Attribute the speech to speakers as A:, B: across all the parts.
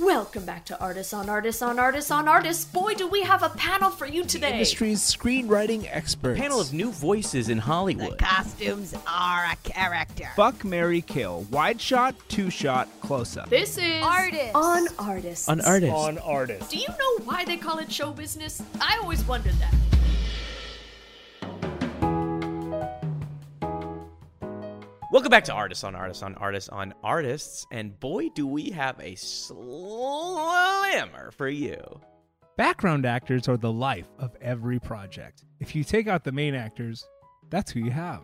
A: Welcome back to Artists on Artists on Artists on Artists. Boy, do we have a panel for you today.
B: Industry's screenwriting experts.
C: panel of new voices in Hollywood.
D: Costumes are a character.
E: Fuck Mary Kill. Wide shot, two shot, close up.
A: This is
D: Artists.
A: on Artists.
C: An artist.
B: on artists.
A: Do you know why they call it show business? I always wondered that.
C: Welcome back to Artists on Artists on Artists on Artists. And boy, do we have a slammer for you.
E: Background actors are the life of every project. If you take out the main actors, that's who you have.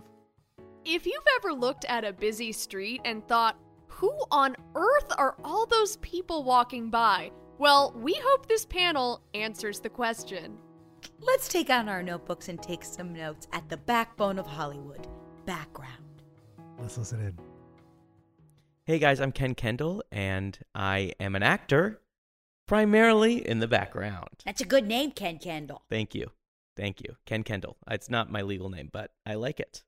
A: If you've ever looked at a busy street and thought, who on earth are all those people walking by? Well, we hope this panel answers the question.
D: Let's take out our notebooks and take some notes at the backbone of Hollywood background.
E: Let's listen in.
C: Hey guys, I'm Ken Kendall, and I am an actor, primarily in the background.
F: That's a good name, Ken Kendall.
C: Thank you. Thank you. Ken Kendall. It's not my legal name, but I like it.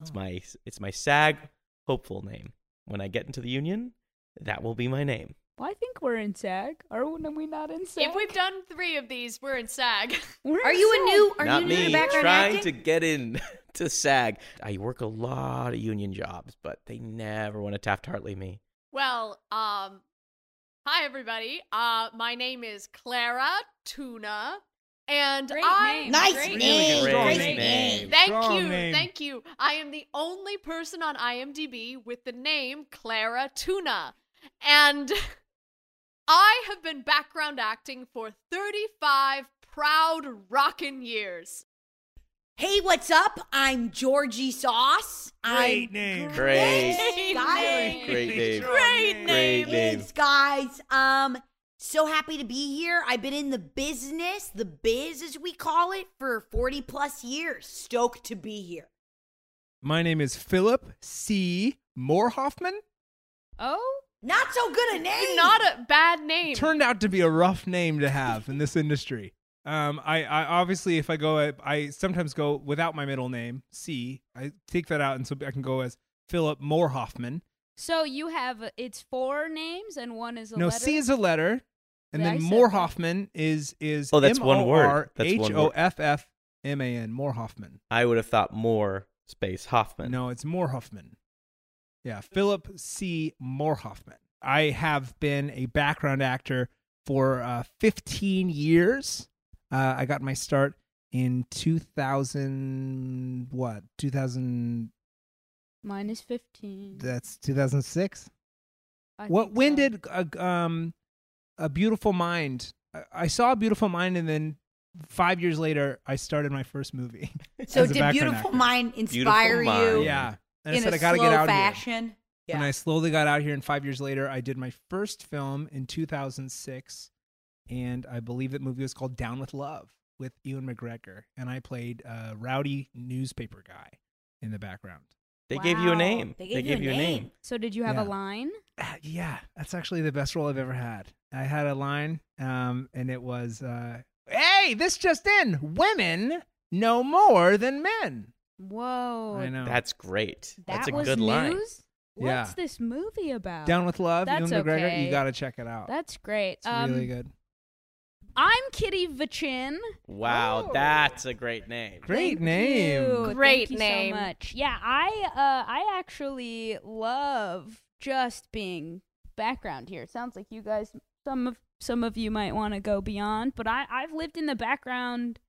C: It's my it's my SAG hopeful name. When I get into the union, that will be my name.
G: Well, I think we're in SAG. Are we not in SAG?
A: If we've done three of these, we're in SAG.
G: We're
F: Are
G: in
F: you a
G: SAG.
F: new? Are
C: not
F: you new
C: me
F: to background
C: trying
F: acting?
C: to get in to SAG. I work a lot of union jobs, but they never want to Taft Hartley me.
A: well, um, hi everybody. Uh, my name is Clara Tuna, and
G: Great
A: I
G: name.
F: Nice
G: Great
F: name.
C: Great
F: Great
C: name.
F: name.
A: Thank
E: Strong
A: you.
E: name.
A: Thank you. I am the only person on IMDb with the name Clara Tuna. And I have been background acting for 35 proud rockin' years.
F: Hey, what's up? I'm Georgie Sauce.
E: Great
F: I'm
E: name.
C: Great.
F: Great
A: name.
C: Great name.
F: Great
C: Great name.
F: Thanks, guys. Um, so happy to be here. I've been in the business, the biz as we call it, for 40 plus years. Stoked to be here.
E: My name is Philip C. Moorhoffman.
G: Oh,
F: Not so good a name.
A: Not a bad name.
E: Turned out to be a rough name to have in this industry. Um, I, I obviously, if I go, I, I sometimes go without my middle name, C. I take that out, and so I can go as Philip Moorhoffman.
G: so you have it's four names and one is a
E: no,
G: letter.
E: C is a letter, and
G: Yeah,
E: then
G: I said
E: Moore
G: that.
E: Hoffman is is
C: Oh, that's one word. That's one word.
E: H O F F M A N Moore Hoffman.
C: I would have thought more space Hoffman.
E: No, it's Moore Hoffman. Yeah, Philip C. Moore Hoffman. I have been a background actor for uh, 15 years. Uh, I got my start in 2000 what 2000
G: Mine is fifteen.
E: that's 2006
G: I
E: what
G: think
E: when
G: so.
E: did a, um a beautiful mind I, I saw a beautiful mind and then five years later i started my first movie
F: so
E: as a
F: did
E: background
F: Beautiful
E: actor.
F: Mind inspire
C: Beautiful
F: you
C: Mind.
E: yeah and
F: in
E: i said
F: a
E: i gotta
F: slow
E: get out here
F: fashion?
E: and i slowly got out here and five years later i did my first film in 2006 and i believe that movie was called down with love with ewan mcgregor and i played a rowdy newspaper guy in the background
C: Oh, They gave you a
G: Wow.
C: name.
F: They gave you a name.
G: So did you have a
E: Yeah.
G: line?
E: Uh, yeah, that's actually the best role I've ever had. I had a line, um, and it was, uh, "Hey, this just in: women know more than men."
G: Whoa.
E: I know.
C: That's great.
G: That
C: That's a
G: was
C: good
G: news?
C: line.
G: What's
E: Yeah.
G: this movie about?
E: Down with Love,
G: That's
E: Ewan McGregor.
G: okay.
E: You got to check it out.
G: That's great.
E: it's
G: um,
E: really good.
G: I'm Kitty Vachin.
C: Wow,
G: Oh.
C: that's a great name.
E: Great
G: Thank
E: name.
G: you. Thank
A: Great
G: you
A: name.
G: So much. Yeah, I uh, I actually love just being background here. It sounds like you guys, some of some of you might want to go beyond, but I I've lived in the background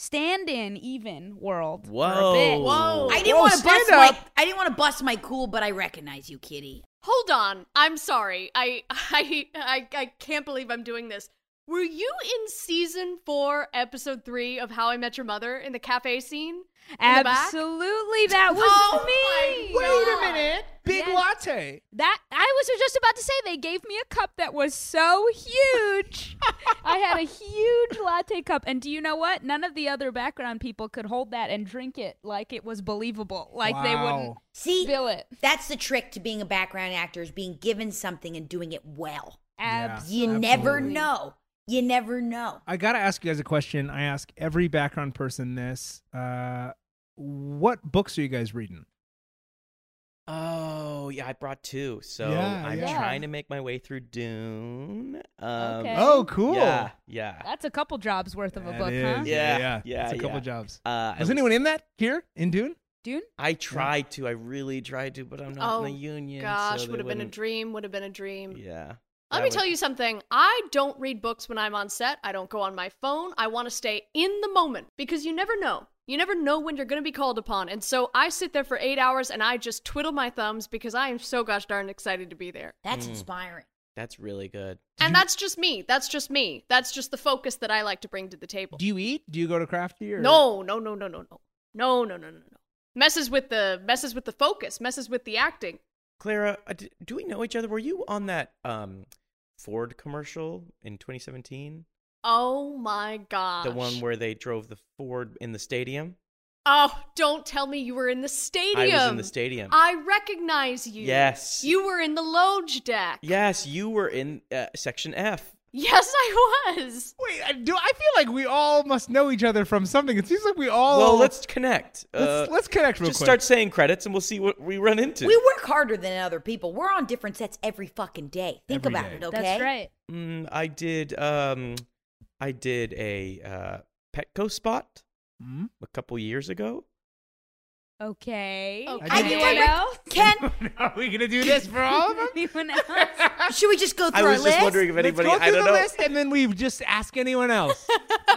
G: stand-in even world. For
C: Whoa.
G: a bit.
A: Whoa.
F: I didn't
E: Whoa,
F: want
E: Oh,
F: to
E: stand
F: bust my
E: up.
F: I didn't want to bust my cool, but I recognize you, Kitty.
A: Hold on. I'm sorry. I, I I I can't believe I'm doing this. Were you in season 4, episode 3 of How I Met Your Mother in the cafe scene? In the back?
G: Absolutely, that was
A: Oh
G: me.
A: my
E: Wait a
A: God.
E: minute, big
G: Yes.
E: latte.
G: That I was just about to say they gave me a cup that was so huge. I had a huge latte cup and do you know what? None of the other background people could hold that and drink it like it was believable. Like they wouldn't
E: Wow.
F: See,
G: spill it.
F: that's the trick to being a background actor is being given something and doing it well.
E: Yeah.
G: Abs-
F: You never
E: Absolutely.
F: know. You never know.
E: I got to ask you guys a question. I ask every background person this: uh, What books are you guys reading?
C: Oh, yeah, I brought two. So
E: Yeah,
C: I'm
G: yeah.
C: trying to make my way through Dune. Um,
G: Okay.
E: Oh, cool.
C: Yeah, yeah.
G: That's a couple jobs worth of a
E: That
G: book,
E: is,
G: huh?
C: Yeah,
E: yeah,
C: yeah,
E: It's a couple
C: yeah.
E: jobs.
C: Uh, I
E: Was anyone in that here in Dune?
G: Dune?
C: I tried to. I really tried to, but I'm not
A: Oh,
C: in the union.
A: Gosh,
C: so
A: would have been a
C: dream.
A: dream. Would have been a dream.
C: Yeah.
A: Let
C: that
A: me
C: would-
A: tell you something. I don't read books when I'm on set. I don't go on my phone. I want to stay in the moment because you never know. You never know when you're going to be called upon. And so I sit there for eight hours and I just twiddle my thumbs because I am so gosh darn excited to be there.
F: That's
C: Mm.
F: inspiring.
C: That's really good.
A: and that's just me. That's just me. That's just the focus that I like to bring to the table.
E: Do you eat? Do you go to Crafty? Or?
A: No, no, no, no, no, no, no, no, no, no, no. Messes with the messes with the focus. Messes with the acting.
C: Clara, uh, d- do we know each other? Were you on that um, Ford commercial in 2017?
A: Oh my gosh.
C: The one where they drove the Ford in the stadium?
A: Oh, don't tell me you were in the stadium.
C: I was in the stadium.
A: I recognize you.
C: Yes.
A: You were in the loge deck.
C: yes, you were in uh, section F.
A: Yes, I was.
E: Wait, I, do I feel like we all must know each other from something? It seems like we
A: Oh.
E: all.
C: well, let's connect.
E: let's,
C: Uh,
E: let's connect real
C: just
E: quick.
C: start saying credits and we'll see what we run into.
F: We work harder than other people. We're on different sets every fucking day. Think
E: Every
F: about
E: day.
F: it, okay?
G: That's right.
C: Mm, I did um I did a uh Petco spot
E: Hmm?
C: a couple years ago.
G: Okay.
A: Okay.
F: I
G: Anyone
F: think
A: I did-
G: else?
F: Ken,
E: Are we gonna do this for all of them?
G: Anyone else?
F: should we just go through
C: I was
F: our
C: just
F: list?
C: wondering if anybody
E: Let's go
C: I
E: through
C: don't
E: the
C: know.
E: list, and then we just ask anyone else.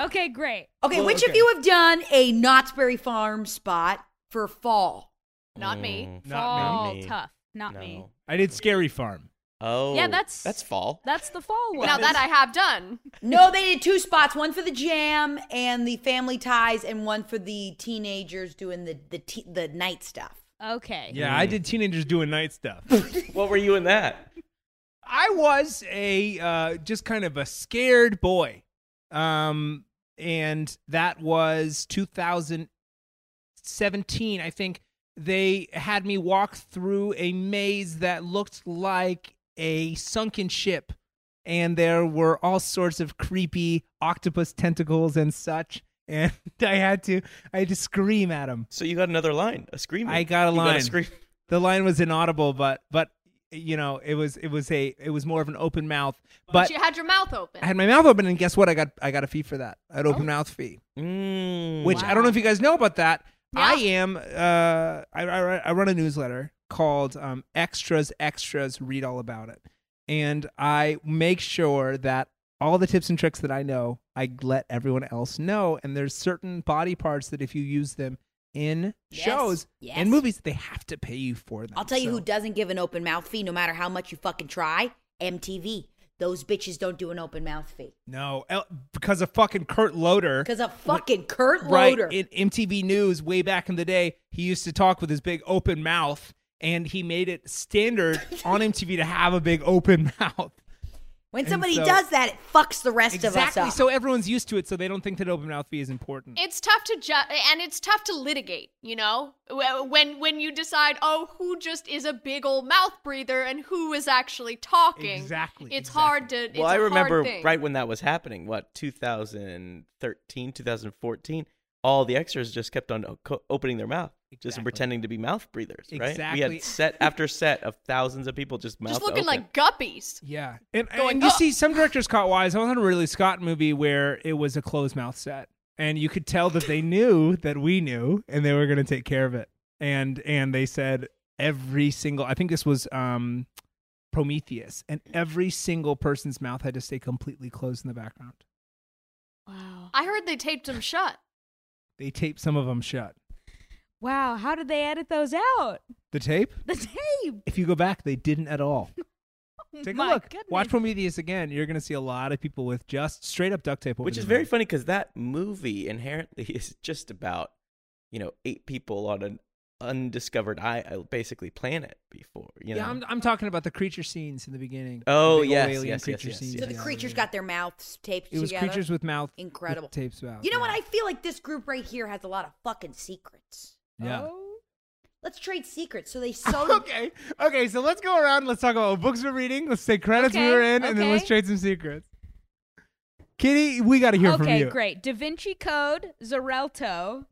G: okay, great.
F: Okay,
E: Well,
F: which
E: okay.
F: of you have done a Knott's Berry Farm spot for fall?
A: Not me.
E: Not
G: fall
C: me.
G: tough. Not me.
C: Mm, No.
E: I did Scary Farm.
C: Oh.
G: Yeah, that's-
C: that's fall.
G: That's the fall
C: Mm.
G: one.
A: Now that I have done.
F: No, they did two spots, one for the jam and the family ties, and one for the teenagers doing the the te- the night stuff.
G: okay.
E: Yeah, I did teenagers doing night stuff.
C: what were you in that?
E: I was a uh, just kind of a scared boy, um, and that was 2017. I think they had me walk through a maze that looked like a sunken ship, and there were all sorts of creepy octopus tentacles and such. And I had to, I had to scream at them.
C: So you got another line, a scream.
E: I got a
C: You
E: line.
C: scream.
E: the line was inaudible, but but you know it was it was a it was more of an open mouth. But
A: you had your mouth open.
E: I had my mouth open, and guess what? I got I got a fee for that. An
F: Oh.
E: open mouth fee,
C: Mm.
E: which I don't know if you guys know about that.
A: Yeah.
E: I am uh I, I I run a newsletter called um Extras Extras. Read all about it, and I make sure that all the tips and tricks that I know, I let everyone else know. And there's certain body parts that if you use them in
F: Yes.
E: shows
F: Yes.
E: and movies, they have to pay you for them.
F: I'll tell you
E: So-
F: who doesn't give an open mouth fee, no matter how much you fucking try. MTV. Those bitches don't do an open mouth fee
E: No, el- because of fucking Kurt Loder.
F: because a fucking Kurt
E: Right
F: Loder.
E: in MTV News way back in the day, he used to talk with his big open mouth, and he made it standard on MTV to have a big open mouth.
F: when
E: and
F: somebody
E: so-
F: does that, it fucks the rest of us
E: exactly.
F: up.
E: So everyone's used to it, so they don't think that open mouth fee is important.
A: it's tough to ju- and it's tough to litigate, you know? Wh- When when you decide, "Oh, who just is a big old mouth breather and who is actually talking?"
E: Exactly,
A: It's
E: exactly.
A: hard to it's
C: Well,
A: I
C: I remember right when that was happening. What 2013, 2014. All the extras just kept on o- co- opening their mouth, just
E: Exactly.
C: pretending to be mouth breathers. Right? We
E: Exactly.
C: had set after set of thousands of people just mouth
A: Just looking
C: open.
A: like guppies.
E: yeah, and,
A: Going
E: and you
A: up.
E: see some directors caught wise. I was on a really Scott movie where it was a closed mouth set, and you could tell that they knew that we knew, and they were going to take care of it. And and they said every single. I think this was um, Prometheus, and every single person's mouth had to stay completely closed in the background.
G: Wow.
A: I heard they taped them shut.
E: They taped some of them shut.
G: Wow. How did they edit those out?
E: The tape?
G: The tape. Oh
E: If you go back, they didn't at all. Take
G: My
E: a look.
G: Goodness.
E: Watch Prometheus again. You're going to see a lot of people with just straight up duct tape. over
C: Which is
E: their
C: very
E: mouth.
C: funny because that movie inherently is just about, you know, eight people on an undiscovered i uh, basically planet before. You know,
E: yeah, I'm, I'm talking about the creature scenes in the beginning. The
C: Oh,
E: big old
C: yes,
E: alien
C: yes, yes,
E: creature
C: yes,
E: scenes.
C: yes.
F: so the
E: yeah,
F: creatures
E: yeah.
F: got their mouths taped
E: It was
F: together.
E: creatures with mouth. with
F: Incredible.
E: tapes out.
F: you know what?
E: yeah.
F: I feel like this group right here has a lot of fucking secrets.
E: Yeah.
G: Oh.
F: Let's trade secrets. So they sewed.
E: okay. Okay. So let's go around. Let's talk about what books we're reading. Let's say credits we
G: Okay,
E: were in, and then let's
G: okay.
E: trade some secrets. Kitty, we got to hear
G: okay,
E: from you.
G: great. Da Vinci Code, Zarelto,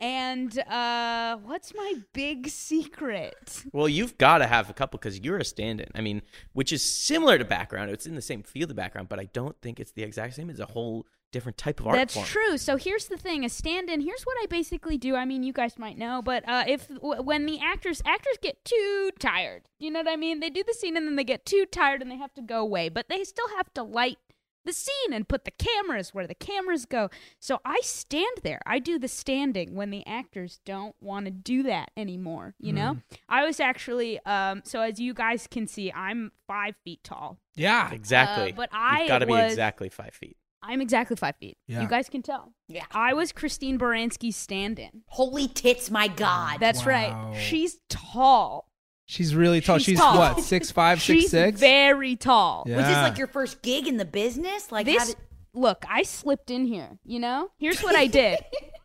G: And uh, what's my big secret?
C: Well, you've got to have a couple because you're a stand-in. I mean, which is similar to background. It's in the same field of background, but I don't think it's the exact same. It's a whole different type of art
G: That's
C: form.
G: true. So here's the thing: a stand-in. Here's what I basically do. I mean, you guys might know, but uh, if w- when the actors actors get too tired, you know what I mean? They do the scene and then they get too tired and they have to go away, but they still have to light the scene and put the cameras where the cameras go. So I stand there. I do the standing when the actors don't want to do that anymore. You know, I was actually um, so as you guys can see, I'm five feet tall.
E: Yeah.
C: Exactly.
G: Uh, but I
C: you've got to be
G: was-
C: exactly five feet.
G: I'm exactly five feet.
E: Yeah.
G: You guys can tell.
F: Yeah.
G: I was Christine Baranski's stand in.
F: Holy tits, my God.
E: Wow.
G: That's right. She's tall.
E: She's really tall.
G: She's
E: She's,
G: tall.
E: what, six five, six
G: She's
E: six?
G: very tall.
E: Yeah.
F: Was this like your first gig in the business? Like how
G: this
F: did-
G: look, I slipped in here, you know? Here's what I did.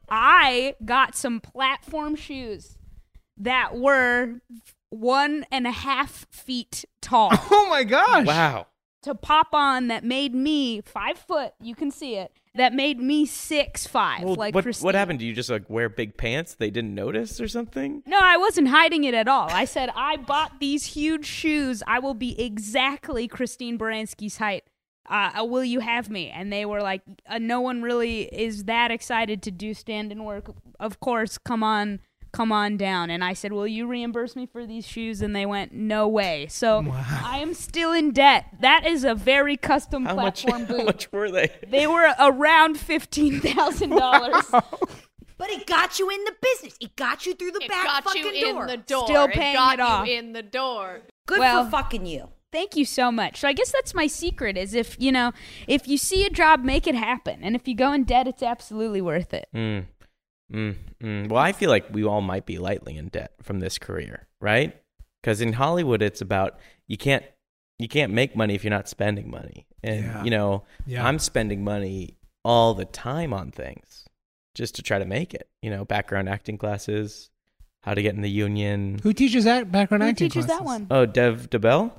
G: I got some platform shoes that were one and a half feet tall
E: Oh my gosh.
C: Wow.
G: to pop on that made me five foot, you can see it, that made me six five.
C: Well,
G: like
C: what,
G: Christine.
C: what happened? Do you just like wear big pants? They didn't notice or something?
G: No, I wasn't hiding it at all. I said, I bought these huge shoes. I will be exactly Christine Baranski's height. Uh, uh, will you have me? And they were like, uh, no one really is that excited to do stand and work. Of course, come on, come on down. And I said, will you reimburse me for these shoes? And they went, no way. So I am still in debt. That is a very custom
C: How much,
G: platform
C: how
G: boot.
C: much were they?
G: They were around $15,000.
F: But it got you in the business. It got you through the
A: It
F: back
A: got
F: fucking
A: you in
F: door.
A: the door.
G: Still paying
A: it got
G: it off.
A: you in the door.
F: Good
G: Well-
F: for fucking you.
G: Thank you so much. So I guess that's my secret is if, you know, if you see a job, make it happen. And if you go in debt, it's absolutely worth it.
C: Mm, mm, mm. Well, I feel like we all might be lightly in debt from this career, right? Because in Hollywood, it's about you can't you can't make money if you're not spending money, and
E: Yeah.
C: you know
E: Yeah.
C: I'm spending money all the time on things just to try to make it. You know, background acting classes, how to get in the union.
E: Who teaches that background
G: Who
E: acting
G: teaches that
E: classes?
G: one?
C: Oh, Dev DeBell.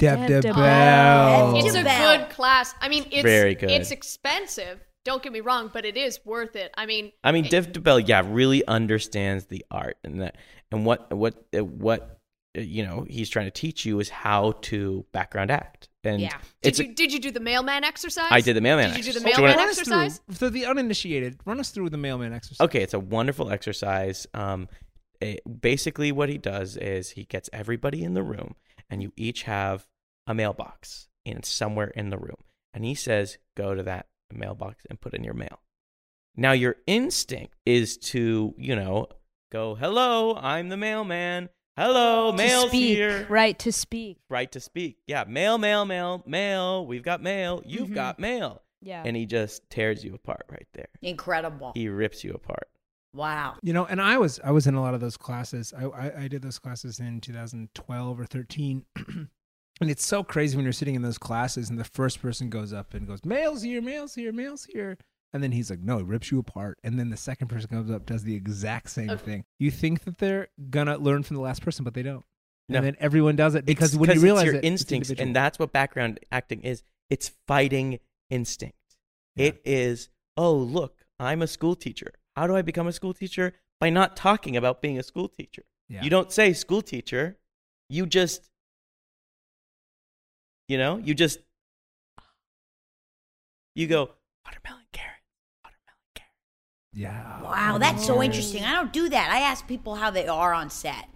E: Deb
G: Deb
E: DeBell.
F: Deb
A: Um, It's a
F: Bell.
A: good class. I mean, it's
C: Very good.
A: It's expensive. Don't get me wrong, but it is worth it. I mean,
C: I mean, Dev DeBell, yeah, really understands the art and that, and what what uh, what uh, you know he's trying to teach you is how to background act. And
G: Yeah.
A: did
C: it's
A: you did you do the mailman exercise?
C: I did the mailman
A: Did you do the
C: exercise. Do you
A: mailman
C: wanna-
E: Run us
A: exercise?
E: through- for the uninitiated, run us through the mailman exercise.
C: okay, it's a wonderful exercise. Um, it- basically, what he does is he gets everybody in the room, and you each have a mailbox in somewhere in the room, and he says, "Go to that mailbox and put in your mail." Now, your instinct is to, you know, go, "Hello, I'm the mailman. Hello,
G: to
C: mail's
G: speak,
C: Oh, here."
G: right? To speak.
C: Right to speak. Yeah, mail, mail, mail, mail. We've got mail. You've
G: Mhm.
C: got mail.
G: Yeah.
C: And he just tears you apart right there.
F: Incredible.
C: He rips you apart.
F: Wow.
E: You know, and I was I was in a lot of those classes. I I, I did those classes in 2012 or 13. And it's so crazy when you're sitting in those classes and the first person goes up and goes, Mail's here, mail's here, mail's here. And then he's like, No, it rips you apart. And then the second person comes up, does the exact same
A: Okay.
E: thing. You think that they're gonna learn from the last person, but they don't.
C: No.
E: And then everyone does it because
C: It's-
E: when you realize
C: it's your
E: it,
C: instincts,
E: it's
C: and that's what background acting is. It's fighting instinct.
E: Yeah.
C: It is. Oh, look, I'm a school teacher. How do I become a school teacher? By not talking about being a school teacher.
E: Yeah.
C: You don't say school teacher. You just. You know, you just. You go watermelon carrot, watermelon carrot.
E: yeah.
F: Wow, that's so interesting. I don't do that. I ask people how they are on set.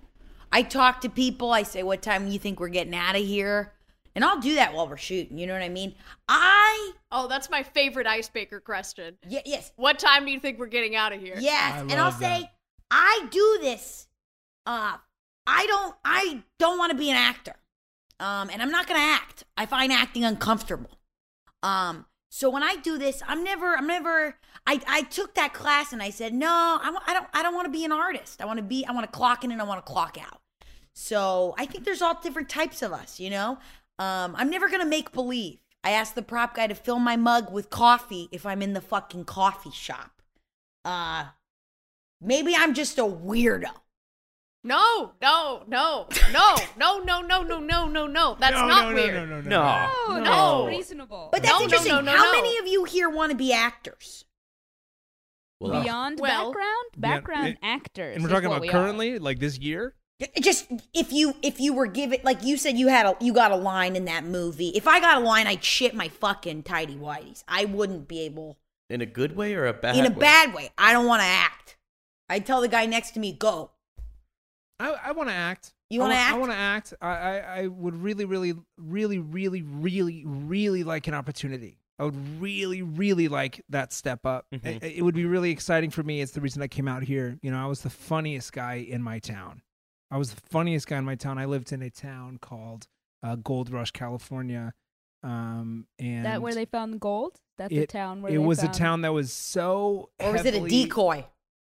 F: I talk to people. I say, "What time you think we're getting out of here?" And I'll do that while we're shooting. You know what I mean? I
A: Oh, that's my favorite icebreaker question.
F: y- yes,
A: What time do you think we're getting out of here?
E: I
F: yes, and I'll
E: love
F: say,
E: that.
F: "I do this. Uh, I don't. I don't want to be an actor. Um, and I'm not going to act. I find acting uncomfortable. Um, so when I do this, I'm never. I'm never. I I took that class and I said, no, I, wa- I don't. I don't want to be an artist. I want to be. I want to clock in and I want to clock out. So I think there's all different types of us, you know? Um, I'm never going to make believe. I asked the prop guy to fill my mug with coffee if I'm in the fucking coffee shop. Uh, maybe I'm just a weirdo.
A: No, no, no, no, no, no, no, no, no, no, no. That's
E: No,
A: not
E: no, no,
A: weird.
E: No, no, no,
C: No,
G: oh,
A: No.
G: that's reasonable.
F: But that's
A: No, no,
F: interesting.
A: no, no,
F: How
A: no.
F: many of you here want to be actors?
C: Well,
G: beyond
A: Well-
G: background,
E: Yeah,
G: background
E: it-
G: actors.
E: And we're
G: is
E: talking
G: what
E: about
G: we are.
E: currently, like this year.
F: Just if you if you were given like you said you had a you got a line in that movie. If I got a line, I'd shit my fucking tidy whities. I wouldn't be able
C: in a good way or a bad
F: in a
C: way?
F: bad way. I don't want to act. I'd tell the guy next to me, go.
E: I, I want to act.
F: You
E: I
F: wanna
E: wa-
F: act?
E: I want to act. I, I, I would really, really, really, really, really, really like an opportunity. I would really, really like that step up. I-
C: Mhm.
E: I- It, would be really exciting for me. It's the reason I came out here. You know, I was the funniest guy in my town. I was the funniest guy in my town. I lived in a town called uh, Gold Rush, California. Um, and
G: that where they found gold. That's a
E: it-
G: town where
E: it
G: they
E: was a
G: found-
E: town that was so.
F: Or was it a
E: heavily-
F: decoy?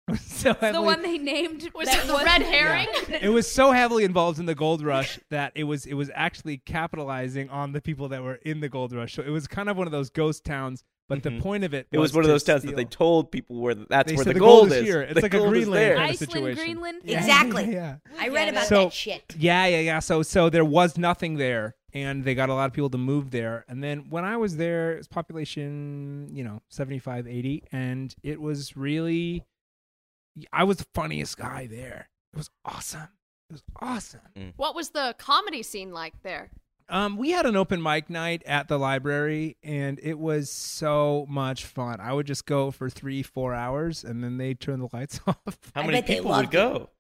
E: so
G: It's the
E: heavily-
G: one they named.
A: Was
G: that
A: it the red
G: wasn't-
A: herring?
E: it was so heavily involved in the gold rush that it was it was actually capitalizing on the people that were in the gold rush. So it was kind of one of those ghost towns. But
C: Mhm.
E: the point of it,
C: It was one of
E: to
C: those towns that they
E: steal.
C: told people where th- that's
E: They
C: where
E: said
C: the,
E: the gold is
C: is.
E: here. It's
C: The
E: like a
C: gold is
E: Greenland
C: there.
E: kind of
G: Iceland,
E: situation.
G: Greenland.
E: Yeah,
F: Exactly.
E: Yeah,
F: I read about
E: So-
F: that shit.
E: yeah, yeah, yeah. So so there was nothing there, and they got a lot of people to move there. And then when I was there, it was population you know 75, 80, and it was really, I was the funniest guy there. It was awesome. It was awesome.
A: What was the comedy scene like there?
E: Um, we had an open mic night at the library, and it was so much fun. I would just go for three, four hours, and then they turn the lights off.
C: How
F: I
C: many
F: bet they
C: people would
F: loved it.
C: go?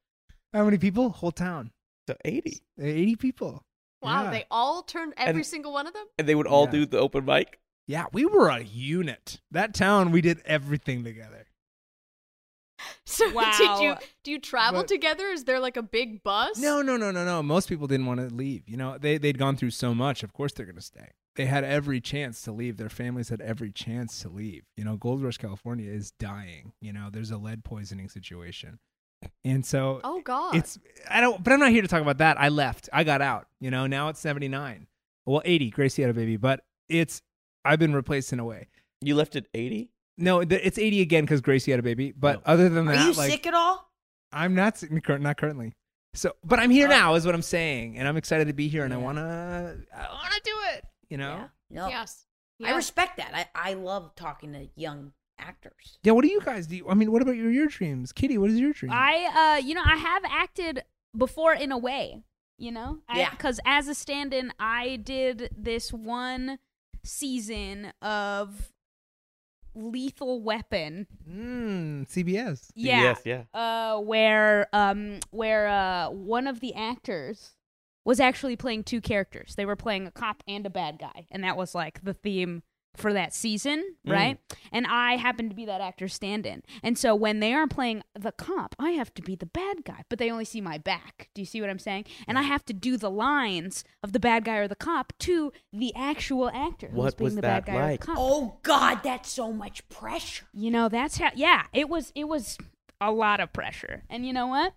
E: How many people? Whole town,
C: So 80.
E: eighty people.
A: Wow,
E: Yeah.
A: they all turned every
C: And-
A: single one of them?
C: And they would all
E: Yeah.
C: do the open mic.
E: Yeah, we were a unit. That town, we did everything together.
A: So
G: Wow.
A: did you do you travel
E: But-
A: together? Is there like a big bus?
E: No, no, no, no, no. Most people didn't want to leave. You know, they they'd gone through so much. Of course, they're going to stay. They had every chance to leave. Their families had every chance to leave. You know, Gold Rush, California is dying. You know, there's a lead poisoning situation, and so
A: Oh god.
E: it's I don't. But I'm not here to talk about that. I left. I got out. You know, now it's 79. Well, 80. Gracie had a baby, but it's I've been replaced in a way.
C: You left at 80?
E: No, th- it's 80 again because Gracie had a baby. But
C: No.
E: other than
F: Are
E: that,
F: you
E: like,
F: sick at all?
E: I'm not si- cur- not currently. So, but I'm here
C: Oh.
E: now is what I'm saying, and I'm excited to be here, and I
F: Yeah.
E: wanna, I wanna do it. You know. Yeah.
F: No.
A: yes.
F: I
A: Yeah.
F: respect that. I, I love talking to young actors.
E: what do you guys do? I mean, what about your your dreams, Kitty? What is your dream?
G: I, uh, you know, I have acted before in a way, you know?
F: Yeah.
G: Because as a stand in, I did this one season of Lethal Weapon.
E: Mm, CBS.
G: Yeah.
C: Yes, yeah.
G: Uh, where um, where uh, one of the actors was actually playing two characters. They were playing a cop and a bad guy, and that was like the theme for that season,
C: Mm.
G: right? And I happen to be that actor's stand-in, and so when they are playing the cop, I have to be the bad guy, but they only see my back. Do you see what I'm saying? And I have to do the lines of the bad guy or the cop to the actual actor who's
C: What
G: being
C: was
G: the
C: that
G: bad guy or the
C: like?
G: cop
F: Oh God, that's so much pressure.
G: you know that's how yeah it was it was a lot of pressure and you know what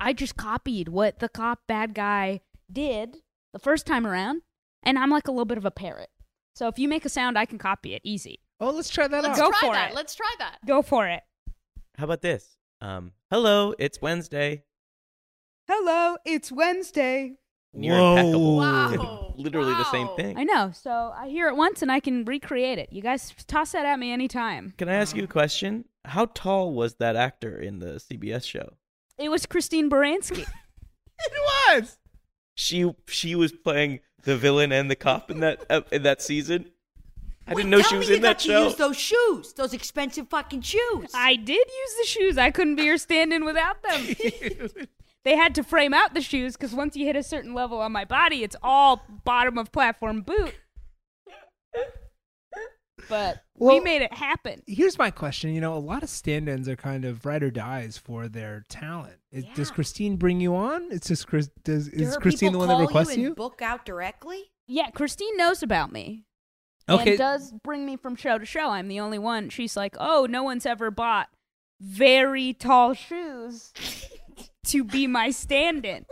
G: i just copied what the cop bad guy did the first time around and i'm like a little bit of a parrot so if you make a sound i can copy it easy
E: Oh, let's try that
A: Let's
E: out.
G: Go
A: try
G: for
A: that.
G: it.
A: Let's try that.
G: go for it
C: How about this? Um, hello, it's Wednesday.
G: hello it's wednesday
C: Near
E: Whoa.
C: impeccable.
A: Wow.
C: Literally the same
A: Wow.
C: thing.
G: i know so i hear it once and i can recreate it you guys toss that at me anytime
C: Can I ask you a question? How tall was that actor in the CBS show?
G: it was christine baranski
E: It was.
C: She she was playing the villain and the cop in that uh, in that season. I didn't know she was in that
F: To
C: show.
F: use those shoes, those expensive fucking shoes.
G: I did use the shoes. I couldn't be your stand-in without them. they had to frame out the shoes because once you hit a certain level on my body, it's all bottom of platform boot. But we
E: Well-
G: made it happen.
E: Here's my question. You know, a lot of stand-ins are kind of ride or dies for their talent. Is, Does
F: Yeah.
E: Christine bring you on? It's just Chris. Does
F: Do
E: is
F: her
E: Christine the
F: people
E: one that
F: call
E: requests
F: you?
E: you?
F: And book out directly.
G: Yeah, Christine knows about me.
E: Okay.
G: And does bring me from show to show. I'm the only one. She's like, oh, no one's ever bought very tall shoes to be my stand-in.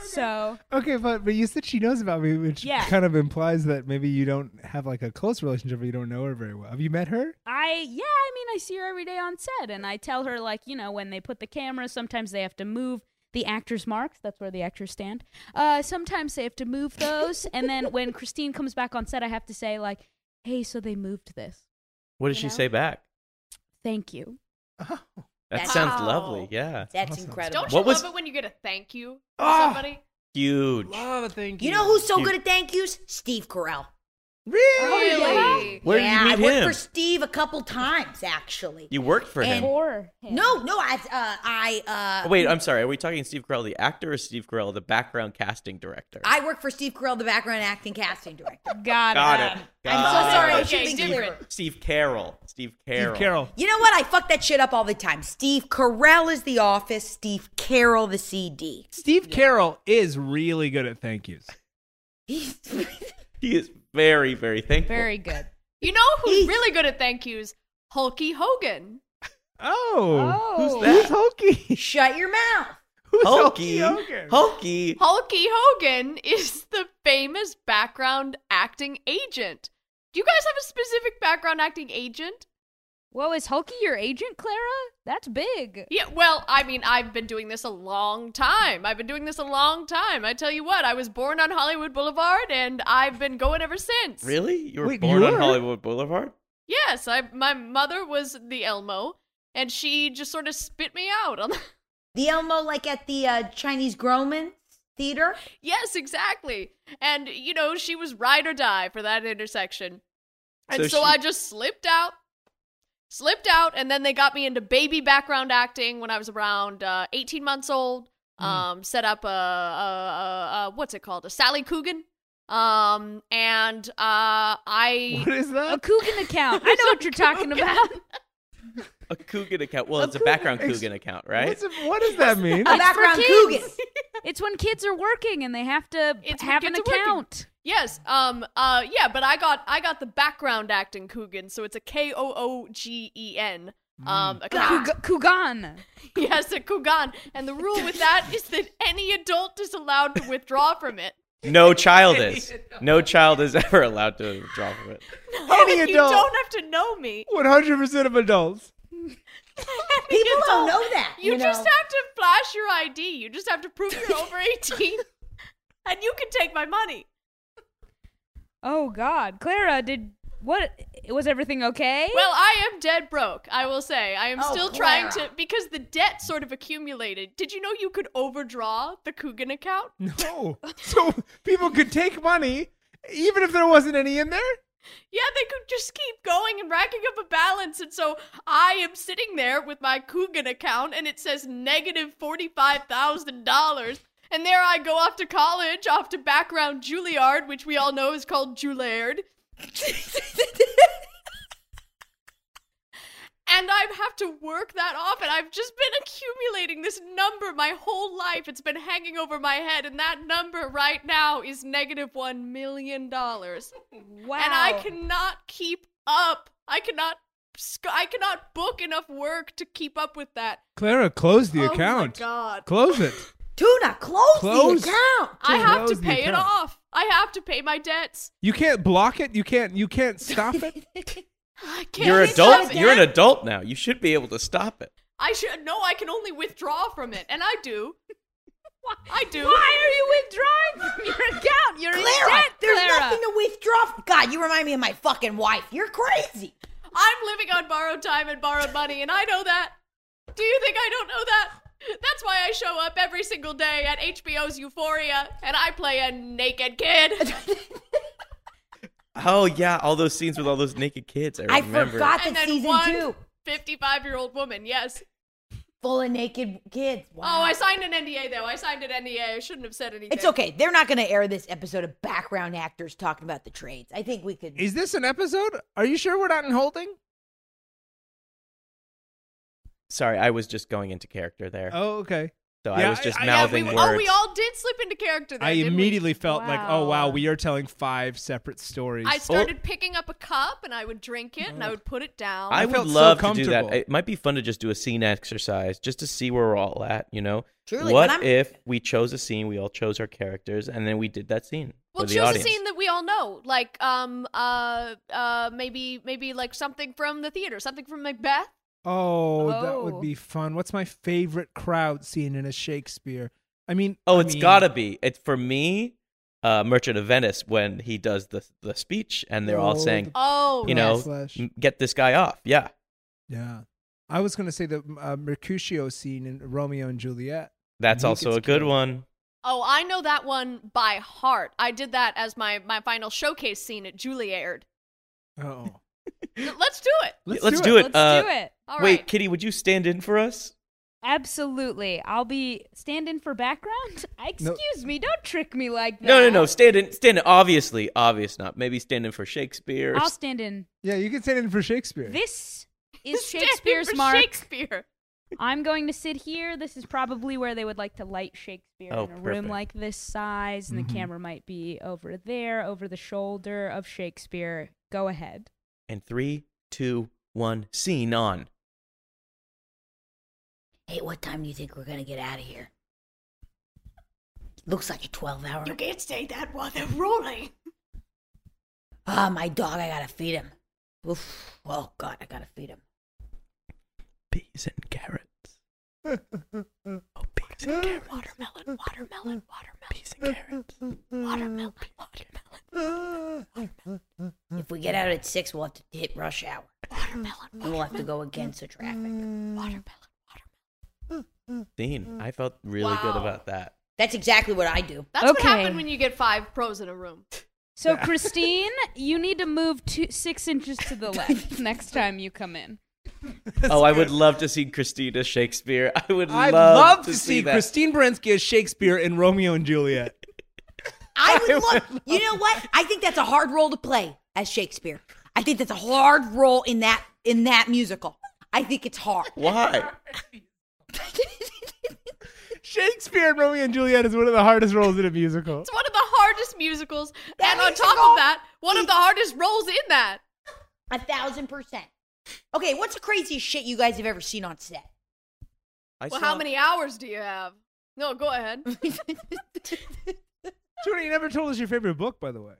G: So
E: Okay, but but you said she knows about me, which
G: Yeah.
E: kind of implies that maybe you don't have like a close relationship or you don't know her very well. Have you met her?
G: I yeah, I mean I see her every day on set and I tell her like, you know, when they put the camera, sometimes they have to move the actors' marks, that's where the actors stand. Uh sometimes they have to move those and then when Christine comes back on set I have to say like, "Hey, so they moved this."
C: what did
G: you
C: she
G: know?
C: say back?
G: thank you.
E: Oh,
C: That
F: That's-
C: sounds
A: Wow.
C: lovely. Yeah.
F: That's
E: Awesome.
F: incredible.
A: Don't you
C: What was-
A: love it when you get a thank you from
E: Ah!
A: somebody?
C: Huge.
E: love a thank
F: you know who's so
C: You-
F: good at thank yous? Steve Carell. Oh,
E: really?
A: Really?
C: Where
F: yeah,
C: did you meet
F: I
C: him?
F: worked for Steve a couple times actually.
C: You worked for him.
F: And-
G: Or him.
F: No, no, I, uh, I, uh,
C: Oh, wait, I'm sorry. Are we talking Steve Carell, the actor, or Steve Carell, the background casting director?
F: I work for Steve Carell, the background acting casting director.
G: Got,
C: Got
G: it.
C: it.
F: I'm so
C: Got
F: sorry.
C: it.
F: I should have been
A: Okay,
F: clearer.
C: Steve Carroll. Steve Carroll.
E: Steve Carroll.
F: You know what? I fuck that shit up all the time. Steve Carell is the office. Steve Carroll the CD.
E: Steve Carroll is really good at thank yous.
F: He's-
C: He is very, very thankful.
G: Very good.
A: You know who's really good at thank yous? Hulky Hogan.
E: Oh,
G: Oh.
E: who's Hokey?
F: Shut your mouth.
E: Who's
C: Hulky.
E: Hogan?
C: Hulky.
A: Hulky Hogan is the famous background acting agent. Do you guys have a specific background acting agent?
G: Whoa, is Hulky your agent, Clara? That's big.
A: Yeah, well, I mean, I've been doing this a long time. I've been doing this a long time. I tell you what, I was born on Hollywood Boulevard and I've been going ever since.
C: Really? You were
E: Wait,
C: born
E: you
C: on
E: were?
C: Hollywood Boulevard?
A: Yes, I my mother was the Elmo and she just sort of spit me out on the
F: The Elmo, like at the uh, Chinese Groman Theater.
A: Yes, exactly. And you know, she was ride or die for that intersection. And
C: So
A: so,
C: she-
A: I just slipped out. Slipped out and then they got me into baby background acting when I was around uh, 18 months old. Um set up a, a, a, a what's it called? A Sally Coogan. Um and uh I
E: What is
G: A
E: that?
G: Coogan account. I know what you're talking about.
C: A Coogan account. Well,
E: A
C: it's a
E: Coogan
C: background
E: ex-
C: Coogan account, right?
E: What's it- what does that mean?
F: A background Coogan.
G: kids. It's when kids are working and they have to
A: It's when
G: have an
A: kids are working.
G: account.
A: Yes. Um. Uh. Yeah. But I got I got the background acting Coogan, so it's a K O O G E N. Um. A Coogan.
G: Coog- Coogan.
A: Yes, a Coogan. And the rule with that is that any adult is allowed to withdraw from it.
C: No child is. No child is ever allowed to draw from it.
E: Any
A: you
E: adult.
A: don't have to know me.
E: One hundred percent of adults.
A: Any
F: People
A: adult.
F: don't know that.
A: You,
F: You,
A: just
F: know?
A: have to flash your ID. You just have to prove you're over eighteen, and you can take my money.
G: Oh God, Clara, did what? Was everything okay?
A: Well, I am dead broke, I will say. I am
F: Oh,
A: still trying to because the debt sort of accumulated. Did you know you could overdraw the Coogan account?
E: No. So people could take money even if there wasn't any in there?
A: Yeah, they could just keep going and racking up a balance. And so I am sitting there with my Coogan account and it says negative $45,000. And there I go off to college, off to background Juilliard, which we all know is called Juilliard. And I have to work that off, and I've just been accumulating this number my whole life. It's been hanging over my head, and that number right now is negative $1 million.
G: wow.
A: and I cannot keep up. I cannot. sc- I cannot book enough work to keep up with that.
E: Clara, close
A: oh
E: the account.
A: my god!
E: Close it.
F: Tuna, close,
E: Close.
F: the account.
A: I have to
E: Close the
A: pay it
E: account.
A: off. I have to pay my debts.
E: You can't block it. You can't you can't stop it.
A: I can't.
C: You're
A: stop
C: adult.
A: it.
C: You're an adult now. You should be able to stop it.
A: I should. No, I can only withdraw from it, and I do. I do.
G: Why are you withdrawing from your account? You're in
F: Clara,
G: debt,
F: there's
G: Clara.
F: nothing to withdraw. From. God, you remind me of my fucking wife. You're crazy.
A: I'm living on borrowed time and borrowed money, and I know that. Do you think I don't know that? That's why I show up every single day at HBO's Euphoria, and I play a naked kid.
C: Oh yeah, all those scenes with all those naked kids. I
F: I
C: remember.
F: forgot that
A: and then
F: season
A: one
F: two,
A: 55 year old woman, yes.
F: full of naked kids. Wow.
A: Oh, I signed an NDA though. I signed an NDA. I shouldn't have said anything.
F: It's okay. They're not going to air this episode of background actors talking about the trades. I think we could.
E: Is this an episode? Are you sure we're not in holding?
C: Sorry, I was just going into character there.
E: Oh, okay.
C: so
E: yeah,
C: I was just
E: I- I-
A: Yeah,
C: mouthing
A: we,
C: words.
A: oh, we all did slip into character there.
E: I
A: didn't we?
E: immediately felt like, oh wow,
G: Wow.
E: we are telling five separate stories.
A: I started picking up a cup and I would drink it and Oh, I would put it down.
C: Oh. I
E: I
C: would
E: felt so
C: love to do that.
E: comfortable.
C: It might be fun to just do a scene exercise just to see where we're all at, you know?
F: Truly, but
C: what
F: I'm-
C: if we chose a scene, we all chose our characters, and then we did that scene?
A: well,
C: for the
A: choose
C: audience.
A: a scene that we all know, like um uh uh maybe maybe like something from the theater, something from Macbeth.
E: oh, that
G: Oh.
E: would be fun. What's my favorite crowd scene in a Shakespeare? I mean,
C: Oh,
E: I
C: it's
E: mean,
C: gotta be. It for me, uh, Merchant of Venice when he does the the speech and they're all
E: Oh,
C: saying,
A: Oh,
C: you know,
E: Backlash.
C: "M- get this guy off. Yeah.
E: Yeah. I was going to say the uh, Mercutio scene in Romeo and Juliet.
C: That's
E: He
C: also
E: gets
C: a good
E: killed.
C: one.
A: Oh, I know that one by heart. I did that as my my final showcase scene at Juilliard.
E: Oh,
A: L- Let's do it.
E: let's,
C: let's
E: do,
C: do
E: it.
C: it.
G: Let's
C: Uh,
G: do it.
A: All right.
C: Wait, Kitty, would you stand in for us?
G: Absolutely. I'll be standing for background. Excuse me. Don't trick me like that.
C: No, no, no. Stand in. Stand in. Obviously, obvious not. Maybe stand in for Shakespeare.
G: I'll stand in.
E: Yeah, you can stand in for Shakespeare.
G: This is
A: Stand
G: Shakespeare's
A: for
G: mark.
A: Shakespeare.
G: I'm going to sit here. This is probably where they would like to light Shakespeare
C: Oh,
G: in a room
C: perfect. Mm-hmm.
G: like this size, and
E: Mhm.
G: the camera might be over there, over the shoulder of Shakespeare. Go ahead.
C: and three, two, one. Scene on.
F: Hey, what time do you think we're gonna get out of here? Looks like a 12 hour.
A: You can't say that while they're rolling.
F: Ah, my dog, I gotta feed him. Oof. Oh, God, I gotta feed him.
C: Peas and carrots. Oh, peas and carrots.
A: Watermelon, watermelon, watermelon,
C: Peas and carrots.
A: watermelon, watermelon,
F: If we get out at 6, we'll have to hit rush hour.
A: watermelon,
F: And we'll have to go against the traffic.
A: watermelon.
C: Scene. I felt really good
A: Wow.
C: about that.
F: That's exactly what I do.
A: That's what
G: Okay.
A: happened when you get five pros in a room.
G: So, Christine, you need to move two, six inches to the left next time you come in.
C: oh, I would love to see Christina Shakespeare. I would
E: I'd
C: love,
E: love
C: to, see, that.
E: Christine Baranski as Shakespeare in Romeo and Juliet.
F: I would love. You know what? I think that's a hard role to play as Shakespeare. I think that's a hard role in that in that musical. I think it's hard.
C: Why?
E: Shakespeare in Romeo and Juliet is one of the hardest roles in a musical.
A: It's one of the hardest musicals,
F: That
A: and on
F: musical-
A: top of that, one of the hardest roles in that.
F: A thousand percent. Okay, what's the craziest shit you guys have ever seen on set?
C: I
A: well,
C: saw-
A: how many hours do you have? No, go ahead. The
E: Tony, you never told us your favorite book, by the way.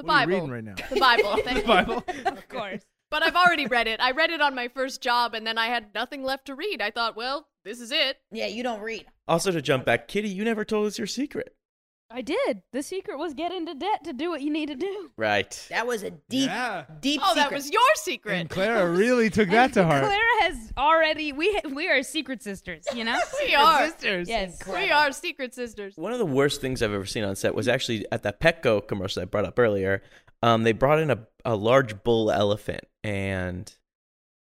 E: what are you
A: Bible.
E: reading right now?
A: The Bible. Thank you.
E: Bible.
G: Of course.
A: But I've already read it. I read it on my first job, and then I had nothing left to read. I thought, well, this is it.
F: Yeah, you don't read.
C: Also, to jump back, Kitty, you never told us your secret.
G: I did. The secret was get into debt to do what you need to do.
C: Right.
F: That was a deep,
E: Yeah.
F: deep
A: oh,
F: secret.
A: that was your secret.
E: And Clara really took that to heart.
G: Clara has already. We we are secret sisters. You know.
A: we are.
E: sisters.
G: yes.
A: We are secret sisters.
C: One of the worst things I've ever seen on set was actually at that Petco commercial I brought up earlier. Um, they brought in a, a large bull elephant and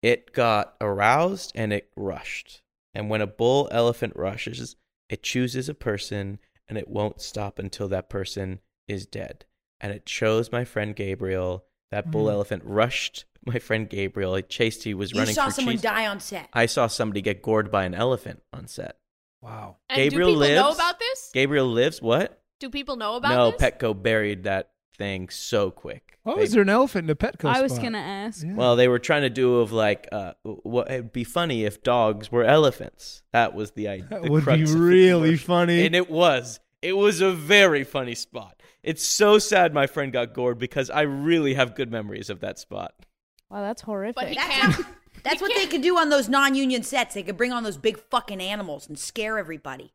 C: it got aroused and it rushed. And when a bull elephant rushes, it chooses a person and it won't stop until that person is dead. And it chose my friend Gabriel. That bull
E: Mm.
C: elephant rushed my friend Gabriel. He chased. He was
F: Mm-hmm. you
C: running.
F: saw
C: for
F: someone
C: cheese.
F: die on set.
C: I saw somebody get gored by an elephant on set.
E: Wow.
A: And
C: Gabriel
A: do people know
C: lives?
A: about this?
C: Gabriel lives. What?
A: Do people know about
C: no,
A: this?
C: Petco buried that thing so quick.
E: Why
C: They-
E: was Oh, there an elephant in a Petco
G: I was
E: spot? Mm.
G: gonna ask.
E: Yeah.
C: Well, they were trying to do of like uh, what it'd be funny if dogs were elephants. That was the idea.
E: that
C: the
E: would be
C: crux of the
E: really
C: commercial.
E: funny.
C: And it was. It was a very funny spot. It's so sad my friend got gored because I really have good memories of that spot.
G: Wow, that's horrific.
A: But he
F: That's
A: can't.
F: That's what they could do on those non-union sets. They could bring on those big fucking animals and scare everybody.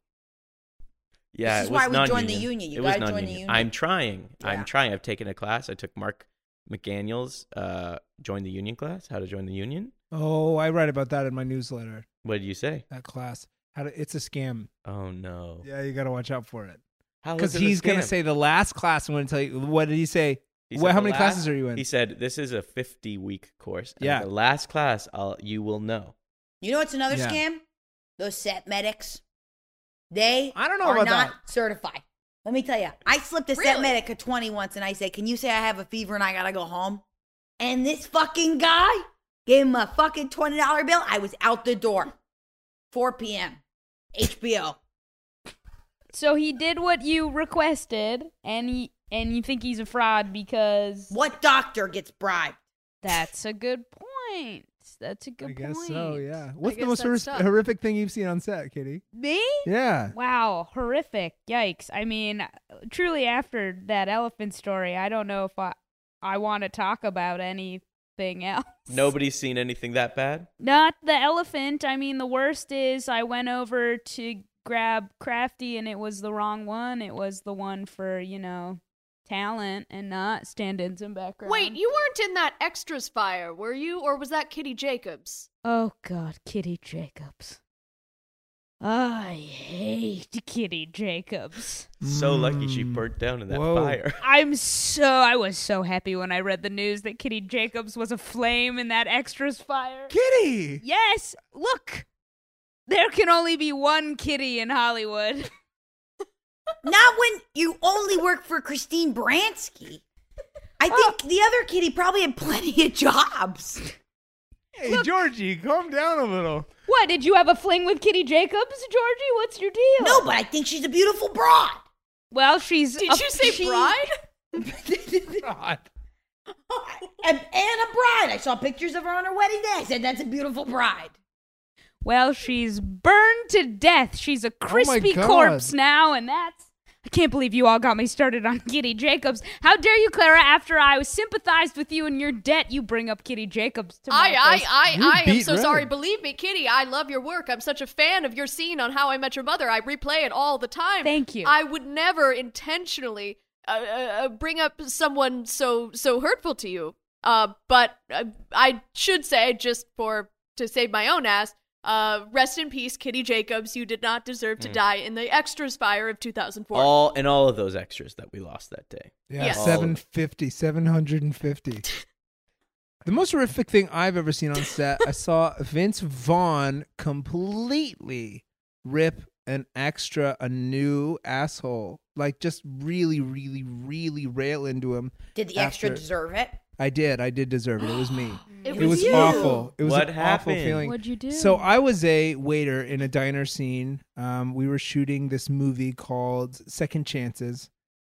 C: Yeah,
F: This is
C: it was
F: why we joined the
C: non-union.
F: union. You
C: it was
F: gotta join the
C: non-union.
F: union.
C: I'm trying.
F: Yeah.
C: I'm trying. I've taken a class. I took Mark McDaniel's uh, join the union class. How to join the union?
E: oh, I write about that in my newsletter.
C: What did you say?
E: That class. How to, it's a scam.
C: Oh no!
E: Yeah, you got to watch out for it.
C: How is
E: Because
C: it a
E: he's going to
C: scam?
E: say the last class. I'm going to tell you. What did he say?
C: He
E: Well,
C: said
E: how
C: the
E: many
C: last-
E: classes are you in?
C: He said this is a 50 week course. and
E: Yeah.
C: The last class, I'll, you will know.
F: You know what's another
E: Yeah.
F: scam? Those set medics. They
E: I don't know
F: are
E: about
F: not certified. Let me tell you, I slipped a set
A: Really?
F: medic at 20 once and I said, Can you say I have a fever and I gotta go home? And this fucking guy gave him a fucking $20 bill. I was out the door. 4 p.m. HBO.
G: so he did what you requested, and he and you think he's a fraud because
F: What doctor gets bribed?
G: that's a good point. That's a good
E: I guess
G: point.
E: so. Yeah. What's the
A: guess
E: most
A: that's
E: hor-
A: tough.
E: horrific thing you've seen on set, Kitty?
G: Me?
E: Yeah.
G: Wow, horrific. Yikes. I mean, truly after that elephant story, I don't know if I I want to talk about anything else.
C: Nobody's seen anything that bad.
G: Not the elephant. I mean, the worst is I went over to grab Crafty and it was the wrong one. It was the one for, you know, talent and not stand-ins and background.
A: Wait, you weren't in that extras fire, were you? Or was that Kitty Jacobs?
G: Oh God, Kitty Jacobs. I hate Kitty Jacobs.
C: So lucky she
E: Mm.
C: burnt down in that
E: Whoa.
C: fire.
G: I'm so I was so happy when I read the news that Kitty Jacobs was aflame in that extras fire.
E: Kitty.
G: Yes, look. There can only be one kitty in Hollywood.
F: Not when you only work for Christine Bransky. I think the other kitty probably had plenty of jobs.
E: Hey, Georgie, calm down a little.
G: What, did you have a fling with Kitty Jacobs, Georgie? What's your deal?
F: No, but I think she's a beautiful broad.
G: Well, she's
A: Did
G: a-
A: you say
G: she-
A: bride?
E: God.
F: And, and a bride. I saw pictures of her on her wedding day. I said, that's a beautiful bride.
G: Well, she's burned to death. She's a crispy
E: God.
G: corpse now, and that's. I can't believe you all got me started on Kitty Jacobs. How dare you, Clara? After I was sympathized with you and your debt, you bring up Kitty Jacobs to
A: I,
G: my
A: I,
G: face.
E: You
A: I, I am
E: beat
A: so
E: Red.
A: sorry. Believe me, Kitty, I love your work. I'm such a fan of your scene on How I Met Your Mother. I replay it all the time.
G: Thank you.
A: I would never intentionally uh, uh, uh, bring up someone so so hurtful to you. Uh, but uh, I should say, just for to save my own ass, uh, rest in peace, Kitty Jacobs. You did not deserve
E: Hmm.
A: to die in the extras fire of 2004.
E: Oh,
C: All and all of those extras that we lost that day.
E: Yeah,
A: Yes.
E: 750, 750. The most horrific thing I've ever seen on set, I saw Vince Vaughn completely rip an extra, a new asshole. Like, just really, really, really rail into him.
F: Did the extra
E: After-
F: deserve it?
E: I did. I did deserve it. It was me.
A: It
E: It was
A: you.
E: awful. It was
C: What
E: an
C: happened?
E: awful feeling.
G: What'd you do?
E: So I was a waiter in a diner scene. Um, we were shooting this movie called Second Chances,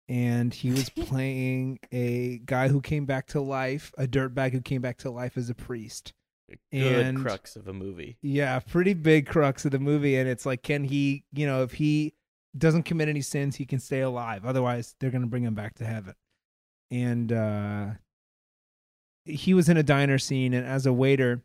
E: and he was playing a guy who came back to life, a dirtbag who came back to life as a priest.
C: Good
E: And-
C: crux of a movie.
E: Yeah, pretty big crux of the movie, and it's like, can he? You know, if he doesn't commit any sins, he can stay alive. Otherwise, they're gonna bring him back to heaven. And uh, he was in a diner scene, and as a waiter.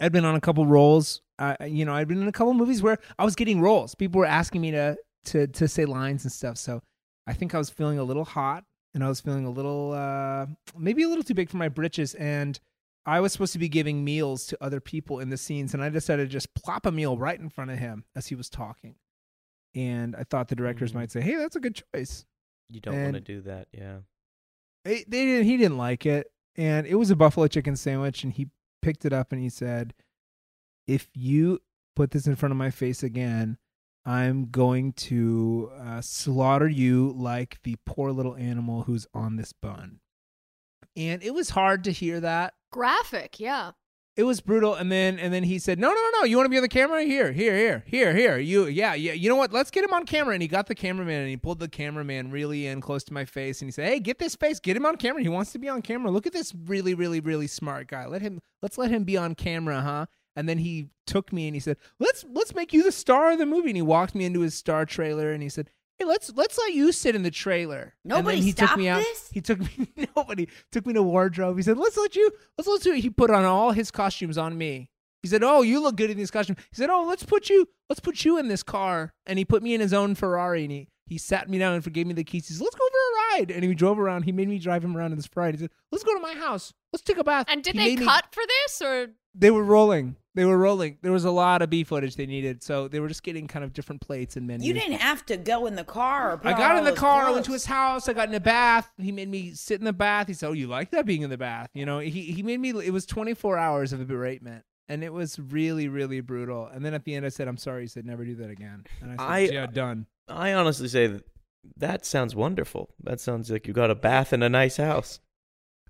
E: I'd been on a couple roles. I, you know, I'd been in a couple movies where I was getting roles. People were asking me to to to say lines and stuff. So I think I was feeling a little hot, and I was feeling a little uh, maybe a little too big for my britches. And I was supposed to be giving meals to other people in the scenes, and I decided to just plop a meal right in front of him as he was talking. And I thought the directors
C: Mm.
E: might say, "Hey, that's a good choice."
C: You don't want to
E: And-
C: do that, yeah.
E: They they didn't, he didn't like it, and it was a buffalo chicken sandwich, and he picked it up and he said, "If you put this in front of my face again, I'm going to uh, slaughter you like the poor little animal who's on this bun." And it was hard to hear that.
A: Graphic, yeah.
E: It was brutal, and then and then he said, "No, no, no, no! You want to be on the camera? Here, here, here, here, here! You, yeah, yeah. You know what? Let's get him on camera." And he got the cameraman, and he pulled the cameraman really in close to my face, and he said, "Hey, get this face, get him on camera. He wants to be on camera. Look at this really, really, really smart guy. Let him, let's let him be on camera, huh?" And then he took me and he said, "Let's let's make you the star of the movie." And he walked me into his star trailer, and he said. Hey, let's let's let you sit in the trailer. And then
F: Nobody
E: he took
F: stopped
E: me out.
F: this?
E: He took me nobody took me to wardrobe. He said, "Let's let you let's let you." He put on all his costumes on me. He said, "Oh, you look good in this costume." He said, "Oh, let's put you let's put you in this car." And he put me in his own Ferrari and he he sat me down and gave me the keys. He said, "Let's go for a ride." And he drove around. He made me drive him around in this Ferrari. He said, "Let's go to my house. Let's take a bath."
A: And did
E: He
A: they
E: made me-
A: cut for this or
E: they were rolling. They were rolling. There was a lot of B footage they needed, so they were just getting kind of different plates and menus.
F: You didn't have to go in the car. Or put
E: I
F: on
E: got
F: all
E: in the
F: those
E: car. I
F: clothes.
E: went to his house. I got in a bath. He made me sit in the bath. He said, "Oh, you like that being in the bath?" You know, he he made me. It was 24 hours of beratement, and it was really, really brutal. And then at the end, I said, "I'm sorry." He said, "Never do that again." And I said,
C: I-
E: "Yeah, done."
C: I honestly say that, that sounds wonderful. That sounds like you got a bath and a nice house.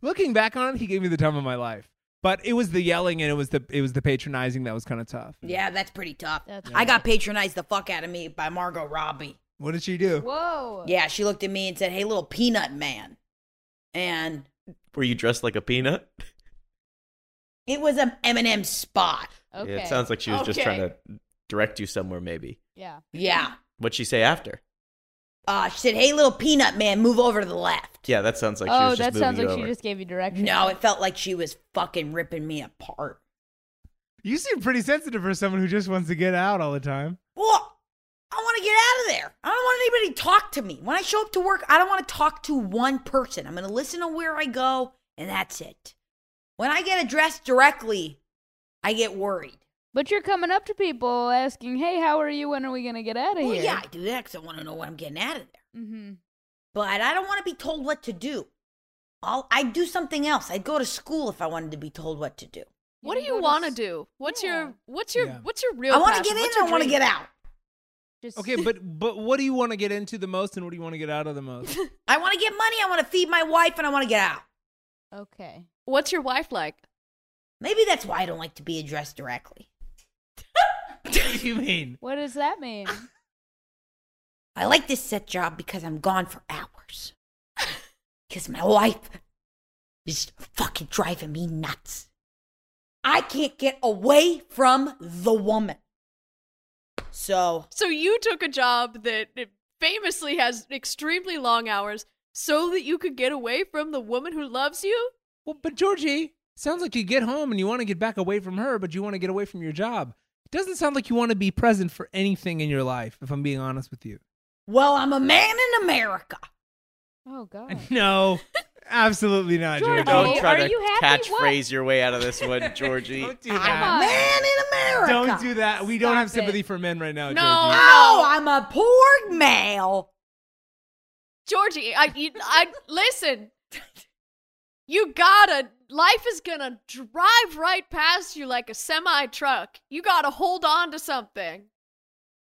E: Looking back on it, he gave me the time of my life. But it was the yelling and it was the it was the patronizing that was kind of tough.
F: Yeah, that's pretty tough.
G: That's
F: I got patronized the fuck out of me by Margot Robbie.
E: What did she do?
G: Whoa.
F: Yeah, she looked at me and said, "Hey, little peanut man," and
C: Were you dressed like a peanut?
F: it was an Eminem spot.
G: Okay.
C: It sounds like she was just trying
A: Okay.
C: to direct you somewhere, maybe.
G: Yeah.
F: Yeah,
C: What'd she say after?
F: uh, she said, "Hey, little peanut man, move over to the left."
C: Yeah, that sounds like she
G: oh,
C: was just
G: that
C: moving
G: sounds
C: you
G: like she
C: over.
G: just gave you directions.
F: No, it felt like she was fucking ripping me apart.
E: You seem pretty sensitive for someone who just wants to get out all the time.
F: Well, I want to get out of there. I don't want anybody to talk to me. When I show up to work, I don't want to talk to one person. I'm going to listen to where I go, and that's it. When I get addressed directly, I get worried.
G: But you're coming up to people asking, "Hey, how are you? When are we gonna get out of
F: Well,
G: here?"
F: yeah, I do that because I want to know what I'm getting out of there.
G: Mm-hmm.
F: But I don't want to be told what to do. I'll, I'd do something else. I'd go to school if I wanted to be told what to do.
A: What do you want to do? What's
G: Yeah.
A: your what's your
E: Yeah.
A: what's your real?
F: I want to
A: passion?
F: get in.
A: What's
F: I
A: your
F: want to
A: dream?
F: get out.
G: Just
E: Okay, but but what do you want to get into the most, and what do you want to get out of the most?
F: I want to get money. I want to feed my wife, and I want to get out.
G: okay.
A: What's your wife like?
F: Maybe that's why I don't like to be addressed directly.
E: what do you mean?
G: What does that mean?
F: I like this set job because I'm gone for hours. Because my wife is fucking driving me nuts. I can't get away from the woman. So,
A: So you took a job that famously has extremely long hours so that you could get away from the woman who loves you?
E: Well, but Georgie, sounds like you get home and you want to get back away from her, but you want to get away from your job. Doesn't sound like you want to be present for anything in your life, if I'm being honest with you.
F: well, I'm a man in America.
G: Oh God.
E: No, absolutely not, Georgie.
G: Georgie. Don't
C: Don't
G: Hey,
C: try
G: try are
C: to
G: to you happy? What?
C: catchphrase
G: catchphrase
C: your way out of this one, Georgie.
E: Don't do
G: Come
E: that.
G: on.
F: Man in America.
E: Don't do that. We don't
G: Stop
E: have sympathy
G: it.
E: for men right now,
A: No.
E: Georgie.
F: Oh, I'm a poor male.
A: Georgie, I you, I listen. You gotta life is gonna drive right past you like a semi truck. You gotta hold on to something.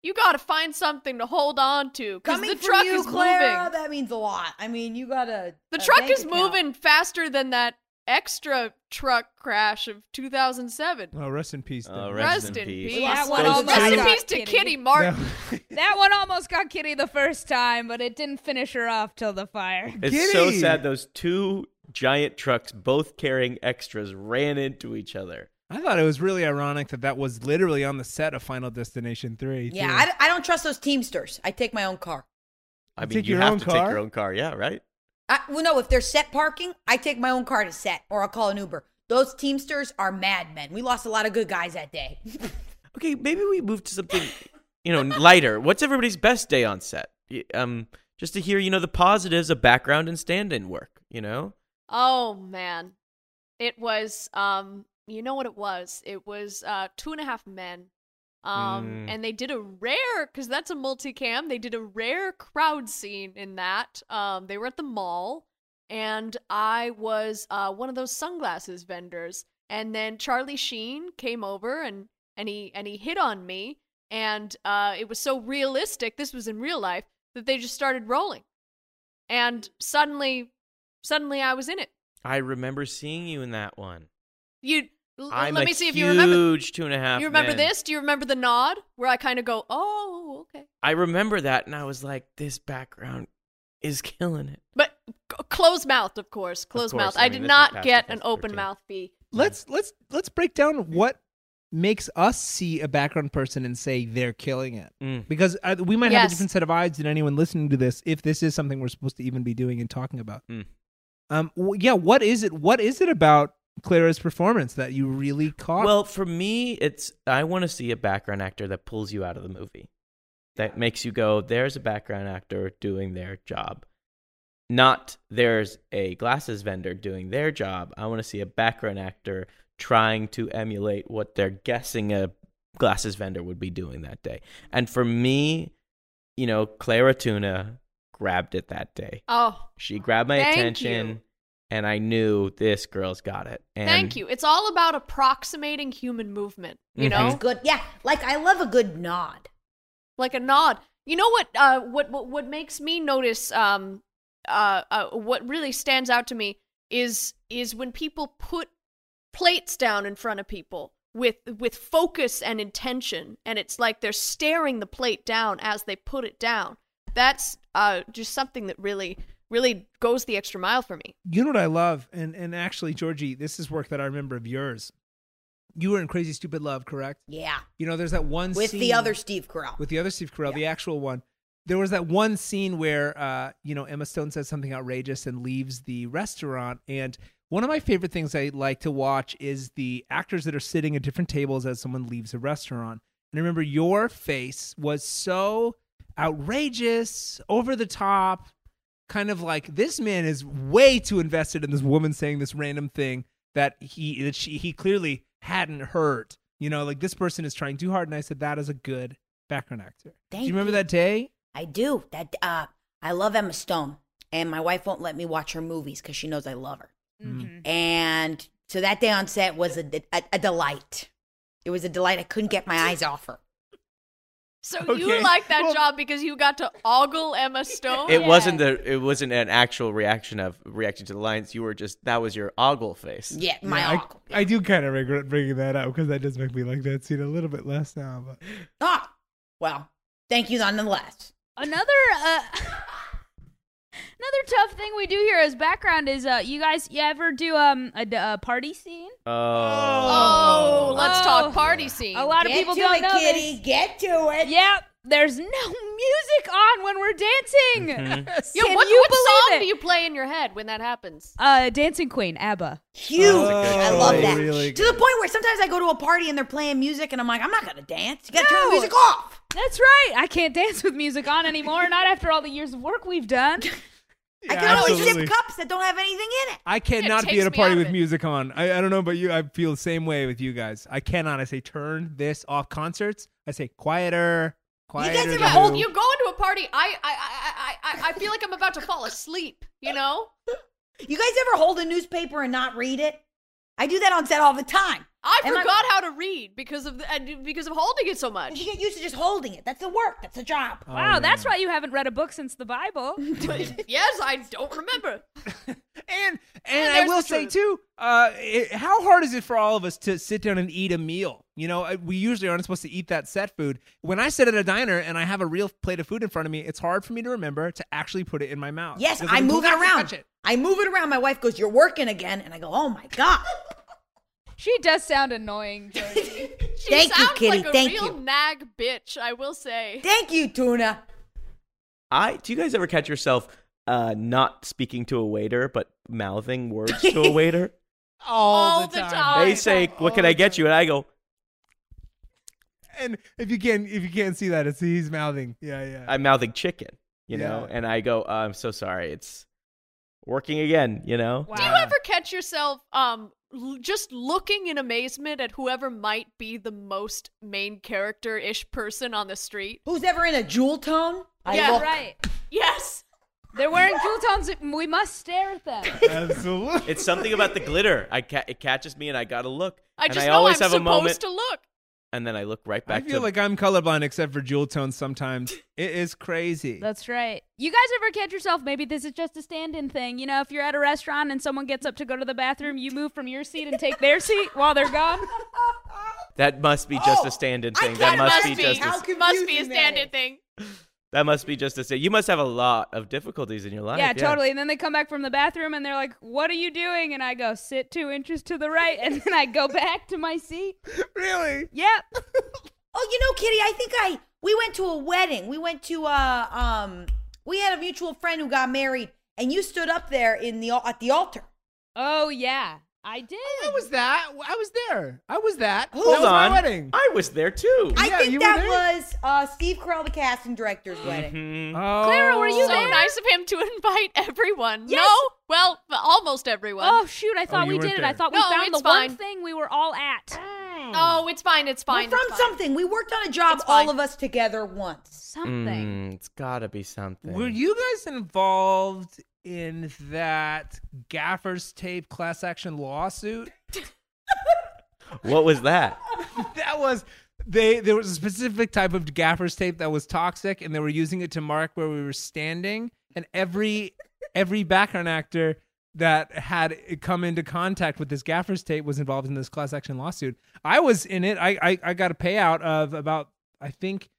A: You gotta find something to hold on to because
F: Coming
A: the
F: from
A: truck
F: you,
A: is
F: Clara,
A: moving.
F: that means a lot. I mean, you gotta. uh,
A: The
F: a
A: truck
F: bank
A: is
F: account.
A: moving faster than that extra truck crash of 2007.
E: Oh, rest in peace.
C: Oh,
E: then.
C: Rest
A: Rest,
C: in
A: in
C: peace.
A: peace.
G: That
C: one
A: Rest
C: almost
A: in
G: got
A: peace to
G: Kitty.
A: Kitty Martin.
E: No.
G: That one almost got Kitty the first time, but it didn't finish her off till the fire.
C: It's so
E: Giddy.
C: sad. Those two giant trucks, both carrying extras, ran into each other.
E: I thought it was really ironic that that was literally on the set of Final Destination 3.
F: Yeah,
E: too.
F: I, I don't trust those Teamsters. I take my own car.
C: I
E: You
C: mean,
E: take
C: you
E: your
C: have
E: own
C: to take
E: car?
C: your own car. Yeah, right.
F: I, well, no, if there's set parking, I take my own car to set or I'll call an Uber. Those Teamsters are madmen. We lost a lot of good guys that day.
C: Okay, maybe we move to something, you know, lighter. What's everybody's best day on set? Y- Um, just to hear, you know, the positives of background and stand-in work. You know,
A: Oh man, it was um, you know what it was? It was uh, Two and a Half Men, um,
C: Mm.
A: and they did a rare because that's a multicam. They did a rare crowd scene in that. Um, they were at the mall, and I was uh one of those sunglasses vendors, and then Charlie Sheen came over and and he and he hit on me, and uh, it was so realistic. This was in real life that they just started rolling, and suddenly. Suddenly, I was in it.
C: I remember seeing you in that one.
A: You l-
C: I'm
A: let
C: a
A: me see if
C: huge
A: you remember.
C: two and a half.
A: You remember
C: men.
A: this? Do you remember the nod where I kind of go, "Oh, okay."
C: I remember that, and I was like, this background is killing it.
A: But c- closed mouth, of course. Closed
C: course,
A: mouth. I,
C: I mean,
A: did
C: this was
A: not
C: past
A: get an
C: 2013.
A: open mouth fee.
E: let's let's let's break down what makes us see a background person and say they're killing it
C: Mm.
E: because uh, we might have a
A: Yes.
E: different set of eyes than anyone listening to this if this is something we're supposed to even be doing and talking about
C: Mm.
E: um w- yeah what is it what is it about clara's performance that you really caught
C: Well, for me, it's I want to see a background actor that pulls you out of the movie, that makes you go, "There's a background actor doing their job." Not there's a glasses vendor doing their job. I want to see a background actor trying to emulate what they're guessing a glasses vendor would be doing that day. And for me, you know, Clara Tuna grabbed it that day.
A: Oh,
C: She grabbed my
A: Thank
C: attention,
A: you.
C: and I knew this girl's got it. And
A: thank you. It's all about approximating human movement, you
C: Mhm.
G: Oh.
A: know?
F: good. Yeah, like I love a good nod.
A: Like a nod. You know what uh what what, what makes me notice um uh, uh what really stands out to me is is when people put plates down in front of people with with focus and intention and it's like they're staring the plate down as they put it down that's uh just something that really really goes the extra mile for me
E: you know what i love and and actually georgie this is work that i remember of yours you were in crazy stupid love correct
F: Yeah,
E: you know there's that one
F: with
E: scene
F: the other Steve Carell.
E: with the other Steve Carell, the actual one. There was that one scene where uh, you know Emma Stone says something outrageous and leaves the restaurant. And one of my favorite things I like to watch is the actors that are sitting at different tables as someone leaves a restaurant. And I remember your face was so outrageous, over the top, kind of like this man is way too invested in this woman saying this random thing that he that she he clearly hadn't heard. You know, like this person is trying too hard, and I said that is a good background actor.
F: Thank
E: Do you remember
F: you.
E: that day?
F: I do. That uh, I love Emma Stone, and my wife won't let me watch her movies because she knows I love her.
E: Mm.
G: Mm-hmm.
F: And so that day on set was a, a, a delight. It was a delight. I couldn't get my eyes off her.
A: So
E: Okay.
A: you like that
E: Well-
A: job because you got to ogle Emma Stone?
C: It
G: yeah.
C: wasn't the. It wasn't an actual reaction of reaction to the lines. You were just that was your ogle face.
F: Yeah, my
E: Yeah,
F: uncle.
E: I, I do kind of regret bringing that up because that does make me like that scene a little bit less now. But
F: Oh, well, thank you nonetheless.
G: Another uh, another tough thing we do here as background is uh, you guys you ever do um a, d- a party scene?
A: Oh,
C: Oh.
A: let's
G: Oh.
A: talk party scene.
G: A lot of
F: get
G: people
F: to
G: don't
F: it,
G: know
F: kitty. Get to it.
G: this. Yep, there's no music on when we're dancing.
A: Yeah,
G: Can
A: what,
G: you
A: what song
G: believe
A: do
G: it?
A: you play in your head when that happens?
G: Uh, Dancing Queen, ABBA.
F: Huge. I love that.
E: Really
F: to the point where sometimes I go to a party and they're playing music and I'm like, I'm not gonna dance. You gotta turn
G: No.
F: the music off.
G: That's right. I can't dance with music on anymore. not after all the years of work we've done.
F: I can only sip cups that don't have anything in it.
E: I cannot be
A: takes
E: at a
A: me
E: party
A: out of
E: with
A: it.
E: music on. I, I don't know about you. I feel the same way with you guys. I cannot. I say turn this off. Concerts. I say quieter.
F: guys
E: Quieter.
F: are
E: than
F: about old-
E: you.
A: You go into a party, I, I, I, I, I- I feel like I'm about to fall asleep. You know,
F: You guys ever hold a newspaper and not read it? I do that on set all the time.
A: I
F: Am I-
A: forgot how to read because of the, and because of holding it so much.
F: You get used to just holding it. That's the work. That's the job.
E: Oh,
G: wow,
E: yeah.
G: that's why you haven't read a book since the Bible.
A: yes, I don't remember.
E: And
A: And
E: and I
A: Oh, there's
E: will
A: the
E: say
A: truth.
E: too, uh, it, how hard is it for all of us to sit down and eat a meal? You know, I- we usually aren't supposed to eat that set food. When I sit at a diner and I have a real plate of food in front of me, it's hard for me to remember to actually put it in my mouth.
F: Yes,
E: Because
F: I
E: can go
F: move it
E: back and
F: around.
E: touch it.
F: I move it around. My wife goes, "You're working again," and I go, "Oh my god."
G: She does sound annoying. Josie.
A: She
F: Thank you,
A: sounds
F: Kitty.
A: Like a
F: Thank
A: real
F: you.
A: nag bitch, I will say.
F: Thank you, Tuna.
C: I do. You guys ever catch yourself uh, not speaking to a waiter but mouthing words to a waiter?
E: All,
A: All
E: the
A: the
E: time.
A: time.
C: they
A: Alright.
C: say, "What can I get you?" And I go,
E: And if you can, if you can't see that, it's he's mouthing. Yeah, yeah.
C: "I'm mouthing chicken," you know,
E: Yeah.
C: and I go, uh, "I'm so sorry, it's working again," you know.
G: Wow.
A: Do you ever catch yourself um l- just looking in amazement at whoever might be the most main character ish person on the street?
F: Who's ever in a jewel tone? I
A: Yeah,
F: look.
G: right.
A: Yes.
G: They're wearing jewel tones. We must stare at them.
E: Absolutely.
C: It's something about the glitter. I ca- it catches me, and I gotta look.
A: I
C: and
A: just
C: I
A: know
C: always
A: I'm
C: have a
A: supposed
C: moment,
A: to look.
C: and then I look right
E: I
C: back
E: feel
C: to
E: like I'm colorblind except for jewel tones sometimes. It is crazy.
G: That's right. You guys ever catch yourself? Maybe this is just a stand in thing. You know, if you're at a restaurant and someone gets up to go to the bathroom, you move from your seat and take their seat while they're gone.
C: that. Must be just
F: Oh,
C: a stand-in
F: I
C: thing.
F: thought
C: That
F: it
C: must
F: must
C: be
F: be.
C: just.
F: How
C: A,
F: could-
A: must be a
F: confusing that
A: stand-in
F: is.
A: thing.
C: that must be just a stand. You must have a lot of difficulties in your life.
G: yeah, totally. And then they come back from the bathroom and they're like, What are you doing? And I go, Sit two inches to the right. And then I go back to my seat.
E: really?
G: Yep.
F: Oh, you know, Kitty, I think I we went to a wedding. We went to uh um we had a mutual friend who got married and you stood up there in the al- at the altar.
G: Oh, yeah. I did.
A: Oh,
E: I was that. I was there. I was that.
C: Hold
E: that was
C: on,
E: my wedding.
C: I was there too.
F: I
E: Yeah, you
F: think
E: were
F: that
E: there.
F: was uh Steve Carell, the casting director's
A: Mm-hmm.
F: wedding.
C: Mhm.
E: Oh.
G: Clara, were you
A: So
G: there?
A: nice of him to invite everyone.
G: Yes.
A: No, well, almost everyone.
G: Oh, shoot. I thought
E: you
G: we
E: weren't
G: did it.
E: there.
G: I thought
A: No,
G: we found
A: it's
G: the
A: fine.
G: one thing we were all at.
A: Oh, it's fine. It's fine.
F: We're from
A: it's fine.
F: something. We worked on a job
A: It's fine.
F: all of us together once.
G: Something.
C: Mm, it's gotta be something.
E: Were you guys involved in that gaffer's tape class action lawsuit?
C: What was that?
E: that was they there was a specific type of gaffer's tape that was toxic and they were using it to mark where we were standing and every every background actor that had come into contact with this gaffer's tape was involved in this class action lawsuit i was in it i i, I got a payout of about i think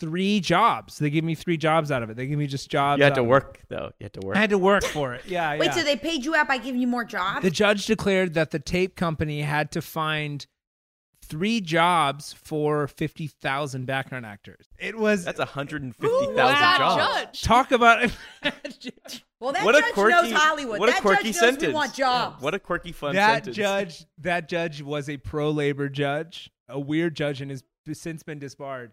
E: three jobs they gave me three jobs out of it they gave me just jobs
C: You had
E: out
C: to
E: of it.
C: work though. You had to work.
E: i had to work for it yeah
F: Wait,
E: yeah.
F: so they paid you out by giving you more jobs?
E: The judge declared that the tape company had to find three jobs for 50,000 background actors. It was
C: That's hundred and
A: Who
C: fifty
A: was
C: thousand
A: that
C: jobs.
A: judge?
E: talk about
F: well, that
C: What a
F: judge
C: quirky-
F: knows Hollywood.
C: What a
F: that
C: quirky
F: judge knows
C: sentence.
F: we want jobs.
C: What a quirky fun
E: that
C: sentence.
E: judge that judge was a pro labor judge, a weird judge and has since been disbarred.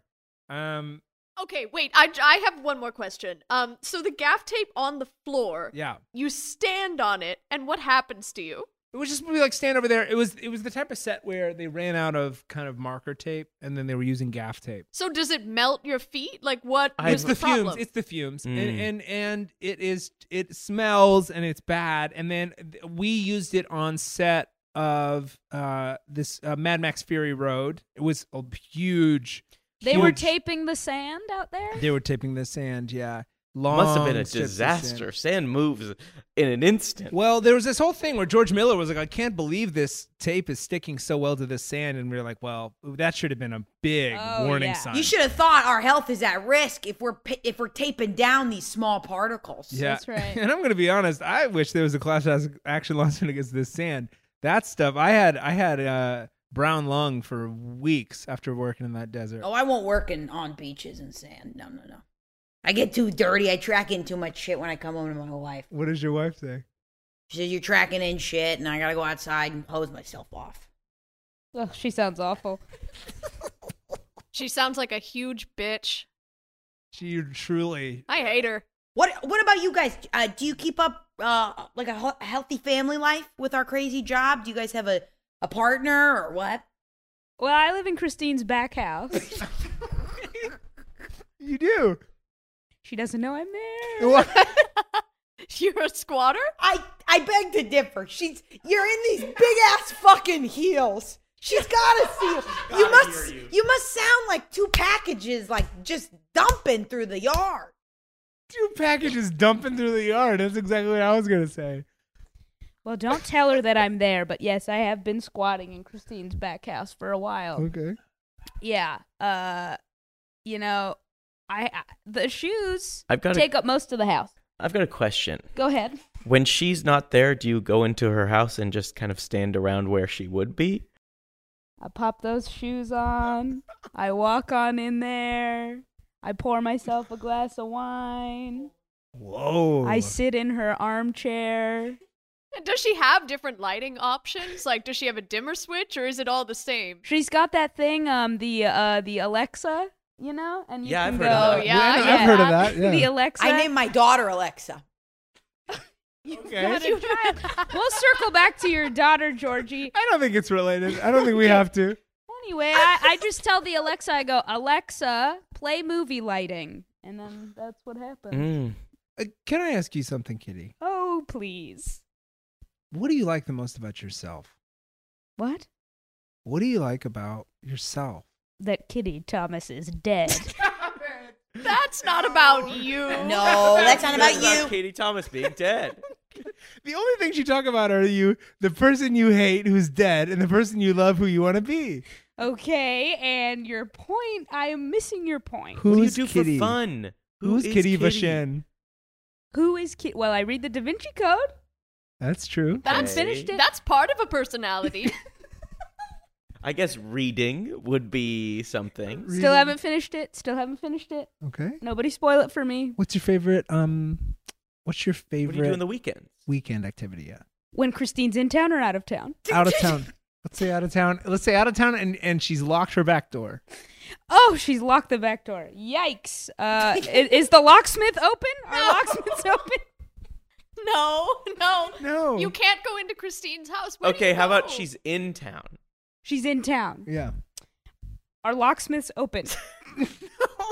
E: Um
A: Okay, wait. I, I have one more question. Um, so the gaff tape on the floor,
E: Yeah.
A: you stand on it, and what happens to you?
E: It was just movie like stand over there. It was it was the type of set where they ran out of kind of marker tape and then they were using gaff tape.
A: So does it melt your feet? Like what?
C: I-
A: was
E: it's the
A: problem?
E: fumes. It's the fumes,
C: Mm.
E: and, and and it is it smells and it's bad. And then th- we used it on set of uh this uh, Mad Max Fury Road. It was a huge.
G: They were
E: huge-
G: taping the sand out there.
E: They were taping the sand. Yeah, long
C: Must have been a
E: strips of
C: disaster.
E: sand.
C: Sand moves in an instant.
E: Well, there was this whole thing where George Miller was like, "I can't believe this tape is sticking so well to this sand," and we were like, "Well, that should have been a big
G: Oh,
E: warning
G: yeah.
E: sign."
F: You should have thought our health is at risk if we're pi- if we're taping down these small particles.
E: Yeah.
G: That's right.
E: And I'm going to be honest, I wish there was a class as- action lawsuit against this sand. That stuff, I had I had uh, brown lung for weeks after working in that desert.
F: Oh, I won't work in on beaches and sand. No, no, no. I get too dirty. I track in too much shit when I come home to my wife.
E: What does your wife say?
F: She says you're tracking in shit, and I gotta go outside and hose myself off.
G: Ugh, Oh, she sounds awful.
A: she sounds like a huge bitch.
E: She truly.
A: I hate her.
F: What What about you guys? Uh, do you keep up uh, like a he- healthy family life with our crazy job? Do you guys have a a partner or what?
G: Well, I live in Christine's back house.
E: You do.
G: she doesn't know I'm there.
A: You're a squatter?
F: I I beg to differ. She's you're in these big ass fucking heels. She's gotta see you. You must you. must sound like two packages like just dumping through the yard.
E: Two packages dumping through the yard. That's exactly what I was going to say.
G: Well, don't tell her that I'm there, but yes, I have been squatting in Christine's back house for a while.
E: Oh. Okay.
G: Yeah. Uh, you know, I, I the shoes
C: I've got a-
G: take up most of the house.
C: I've got a question.
G: Go ahead.
C: When she's not there, do you go into her house and just kind of stand around where she would be?
G: I pop those shoes on. I walk on in there. I pour myself a glass of wine.
E: Whoa.
G: I sit in her armchair.
A: And does she have different lighting options? Like, does she have a dimmer switch, or is it all the same?
G: She's got that thing, um, the uh, the Alexa, you know, and you
C: Yeah,
G: can
C: I've
G: go.
C: heard of that.
A: Oh, yeah, I-
E: I've heard of that, yeah.
G: the Alexa.
F: I named my daughter Alexa.
E: okay.
G: You try it. we'll circle back to your daughter, Georgie.
E: I don't think it's related. I don't think we have to.
G: Anyway, I, I just tell the Alexa, I go, Alexa, play movie lighting. And then that's what happens.
C: Mm.
E: Uh, can I ask you something, Kitty?
G: Oh, please.
E: What do you like the most about yourself?
G: What?
E: What do you like about yourself?
G: That Kitty Thomas is dead.
A: That's not about you.
F: Oh. No, that's not about you.
C: Katie Thomas being dead.
E: The only things you talk about are you, the person you hate who's dead, and the person you love who you want to be.
G: okay, and your point, I am missing your point.
E: Who's
C: what do you do
E: Kitty?
C: for fun? Who
E: Who's
C: is
E: Kitty Vashen?
G: Who is Kitty? Well, I read the Da Vinci Code.
E: That's true.
G: I
A: That's
G: finished it.
A: that's part of a personality.
C: I guess reading would be something.
G: Still haven't finished it. Still haven't finished it.
E: Okay.
G: Nobody spoil it for me.
E: What's your favorite? Um, what's your
C: What do you do
E: favorite
C: in the weekend?
E: weekend activity? Yeah.
G: When Christine's in town or out of town?
E: out of town. Let's say out of town. Let's say out of town, and and she's locked her back door.
G: Oh, she's locked the back door. Yikes. Uh, i- is the locksmith open? Are locksmiths open?
A: no, no,
E: No.
A: You can't go into Christine's house. Where do
C: Okay,
A: you
C: how about
A: go?
C: she's in town?
G: She's in town.
E: Yeah.
G: Are locksmiths open?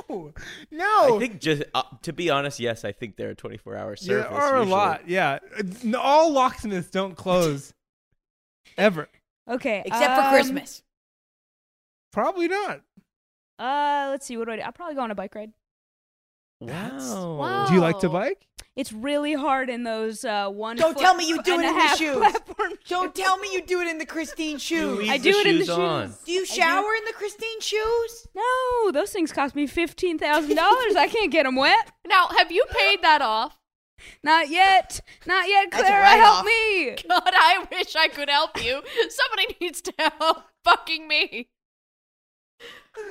E: No. No.
C: I think just uh, to be honest, yes, I think they're a 24-hour service.
E: there are a
C: usually.
E: lot. Yeah. N- All locksmiths don't close. Ever.
G: Okay.
F: Except for
G: um,
F: Christmas.
E: Probably not.
G: Uh, let's see. What do I do? I'll probably go on a bike ride.
C: Wow.
A: Wow.
E: Do you like to
A: Oh.
E: bike?
G: It's really hard in those uh, one.
F: Don't
G: foot
F: tell me you do
G: and
F: it
G: a
F: in the
G: half
F: shoes.
G: Platform
F: Don't tell me you do it in the Christine shoes.
C: Leave
G: I do it in the
C: shoes on.
G: shoes.
F: Do you shower in the Christine shoes?
G: No, those things cost me fifteen thousand dollars. I can't get them wet.
A: Now, have you paid that off?
G: Not yet. Not yet,
F: That's a
G: Clara.
F: write-off.
G: Help me.
A: God, I wish I could help you. Somebody needs to help fucking me.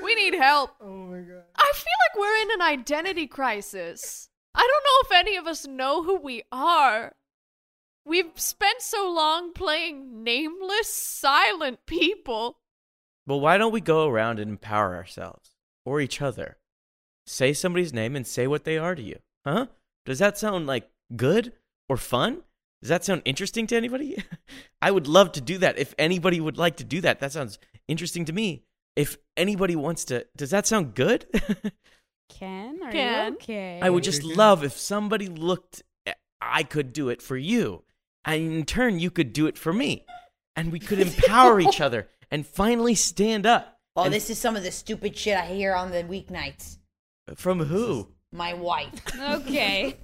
A: We need help.
E: Oh my god.
A: I feel like we're in an identity crisis. I don't know if any of us know who we are. We've spent so long playing nameless, silent people.
C: Well, why don't we go around and empower ourselves or each other? Say somebody's name and say what they are to you. Huh? Does that sound like good or fun? Does that sound interesting to anybody? I would love to do that. If anybody would like to do that, that sounds interesting to me. If anybody wants to, does that sound good?
G: Ken, are
A: Ken?
G: you okay?
C: I would just love if somebody looked, at- I could do it for you. And in turn, you could do it for me. And we could empower each other and finally stand up.
F: Oh,
C: And
F: this is some of the stupid shit I hear on the weeknights.
C: From who?
F: My wife.
G: Okay.